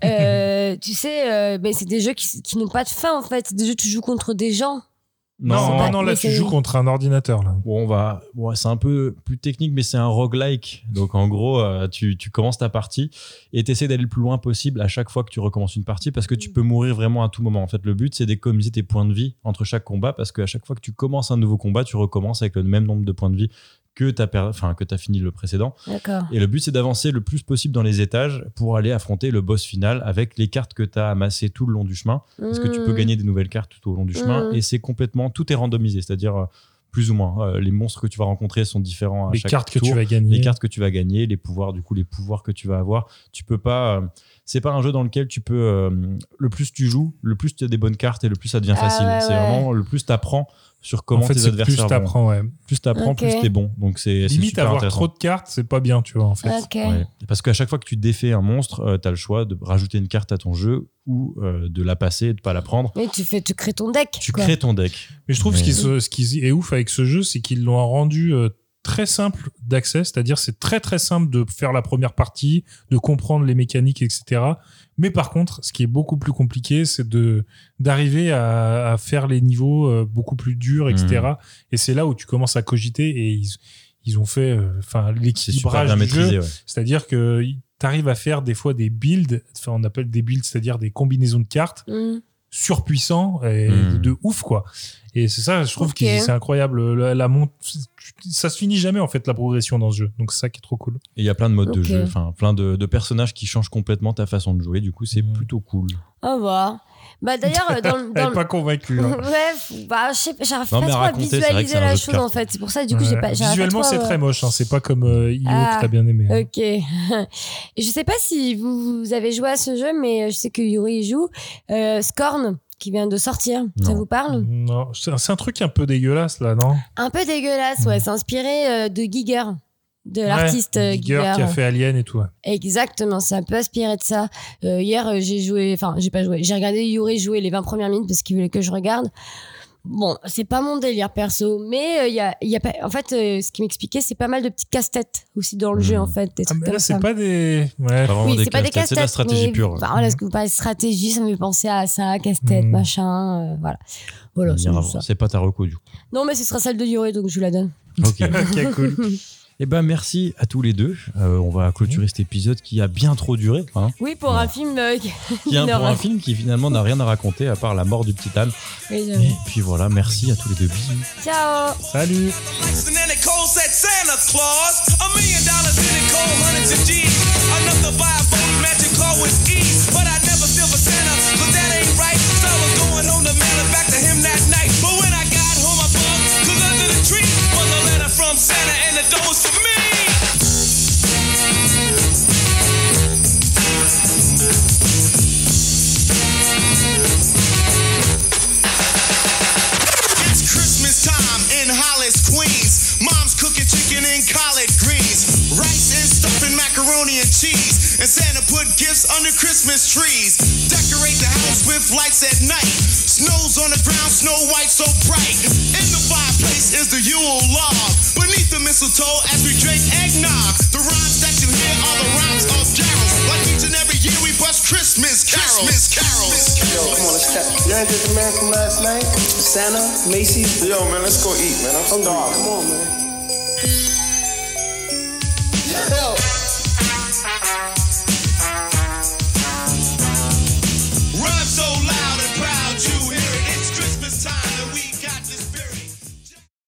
Euh, tu sais, euh, mais c'est des jeux qui, qui n'ont pas de fin en fait. C'est Des jeux, tu joues contre des gens. Non, non, pas- non, là mais tu c'est- joues contre un ordinateur. Là. Bon, on va. bon, c'est un peu plus technique, mais c'est un roguelike. Donc, en gros, euh, tu, tu commences ta partie et tu essaies d'aller le plus loin possible à chaque fois que tu recommences une partie parce que tu peux mourir vraiment à tout moment. En fait, le but, c'est d'économiser tes points de vie entre chaque combat parce qu'à chaque fois que tu commences un nouveau combat, tu recommences avec le même nombre de points de vie que tu as, fini le précédent. D'accord. Et le but, c'est d'avancer le plus possible dans les étages pour aller affronter le boss final avec les cartes que tu as amassées tout le long du chemin. Parce que tu peux Mmh. gagner des nouvelles cartes tout au long du chemin. Mmh. Et c'est complètement. Tout est randomisé. C'est-à-dire, euh, plus ou moins. euh, les monstres que tu vas rencontrer sont différents à Les chaque cartes que tour. tu vas gagner. Les cartes que tu vas gagner, les pouvoirs, du coup, les pouvoirs que tu vas avoir. Tu peux pas. euh, c'est pas un jeu dans lequel tu peux. euh, le plus tu joues, le plus tu as des bonnes cartes et le plus ça devient Ah facile. ouais, c'est ouais. vraiment le plus tu apprends sur en comment fait, tes c'est plus adversaires vont. t'apprends, ouais. Plus tu apprends, Ok. plus tu es bon. Donc c'est c'est Limite, super avoir intéressant. trop de cartes, c'est pas bien, tu vois, en fait. Ok. Ouais. Parce qu'à chaque fois que tu défais un monstre, tu as le choix de rajouter une carte à ton jeu ou euh, de la passer et de pas la prendre. Mais tu fais, tu crées ton deck. Tu quoi. crées ton deck. Mais je trouve ce, Mais- qui, se- ce qui est ouf avec ce jeu, c'est qu'ils l'ont rendu euh, très simple d'accès, c'est-à-dire c'est très très simple de faire la première partie, de comprendre les mécaniques, etc. Mais par contre, ce qui est beaucoup plus compliqué, c'est de d'arriver à, à faire les niveaux euh, beaucoup plus durs, etc. Mmh. Et c'est là où tu commences à cogiter et ils, ils ont fait euh, enfin C'est super l'équilibrage bien du jeu. maîtrisé. ouais. C'est-à-dire que tu arrives à faire des fois des builds, enfin on appelle des builds, c'est-à-dire des combinaisons de cartes Mmh. surpuissants et Mm. de ouf quoi. Et c'est ça, je trouve Ok. que c'est incroyable. La, la monte, ça se finit jamais en fait la progression dans ce jeu. Donc c'est ça qui est trop cool. Et il y a plein de modes de Ok. jeu, enfin plein de, de personnages qui changent complètement ta façon de jouer. Du coup, c'est Mm. plutôt cool. Au revoir. Bah d'ailleurs, euh, dans, le- Elle dans n'est le- pas convaincue. hein. Ouais, f- bah, je sais pas, j'arrive Non, pas mais trop à raconter, c'est vrai que c'est visualiser un la jeu de chose cartes. en fait. C'est pour ça, du coup, j'ai Ouais. pas. j'arrive pas Visuellement, trop, c'est euh, très moche. hein. C'est pas comme euh, IO Ah. que t'as bien aimé. hein. Ok. Et je sais pas si vous, vous avez joué à ce jeu, mais euh, je sais que Yuri y joue. Euh, Scorn, qui vient de sortir, ça Non. vous parle Non, c'est un- c'est un truc un peu dégueulasse là, non Un peu dégueulasse, ouais. C'est inspiré euh, de Giger, de l'artiste euh, Ouais, Giger. Giger qui a fait Alien et tout. ouais. Exactement, c'est un peu inspiré de ça. Euh, hier, euh, j'ai joué, enfin, j'ai pas joué, j'ai regardé Yuri jouer les 20 premières minutes parce qu'il voulait que je regarde. Bon, c'est pas mon délire perso, mais euh, il y, a, il y a pas. En fait, euh, ce qui m'expliquait, c'est pas mal de petits casse-têtes aussi dans le Mhm. jeu, en fait, des Ah, trucs mais comme là, ça. c'est pas des. Ouais. Pas vraiment Oui, des c'est pas des casse-têtes, casse-têtes. c'est de la stratégie mais, pure. enfin, voilà, ce que vous parlez de stratégie, ça me fait penser à ça, casse-tête, Mhm. machin, euh, voilà. Voilà, c'est Bien, ça. C'est pas ta reco du coup. Non, mais ce sera celle de Yuri, donc je vous la donne. Ok. Ok, cool. Eh ben merci à tous les deux. Euh, on va clôturer cet épisode qui a bien trop duré. hein. Oui, pour Non. un film. euh, Qui est un- Une heure. pour un film qui finalement n'a rien à raconter à part la mort du petit âne. oui, Et j'avoue. puis voilà, merci à tous les deux. Bisous. Ciao Salut And then they cold set Santa Claus. A million dollars in it, cold hundreds of G's. Enough to buy a boat, magic car with ease. But I never feel for Santa, cause that ain't right. So I was going on the mail and back to him that night. But when I got home, I bugged, cause under the tree was a letter from Santa and the door was for me. It's Christmas time in Hollis, Queens. Mom's cooking chicken and collard greens, rice and stuffing macaroni and cheese. And Santa put gifts under Christmas trees. Decorate the house with lights at night. Snow's on the ground, snow white so bright. In the fireplace is the Yule log. Beneath the mistletoe as we drink eggnog. The rhymes that you hear are the rhymes of carols. Like each and every year we bust Christmas carols. Christmas carols. Come on, let's step. You ain't did the man from last night? Santa, Macy's. Yo, man, let's go eat, man. I'm starving. Come on, man.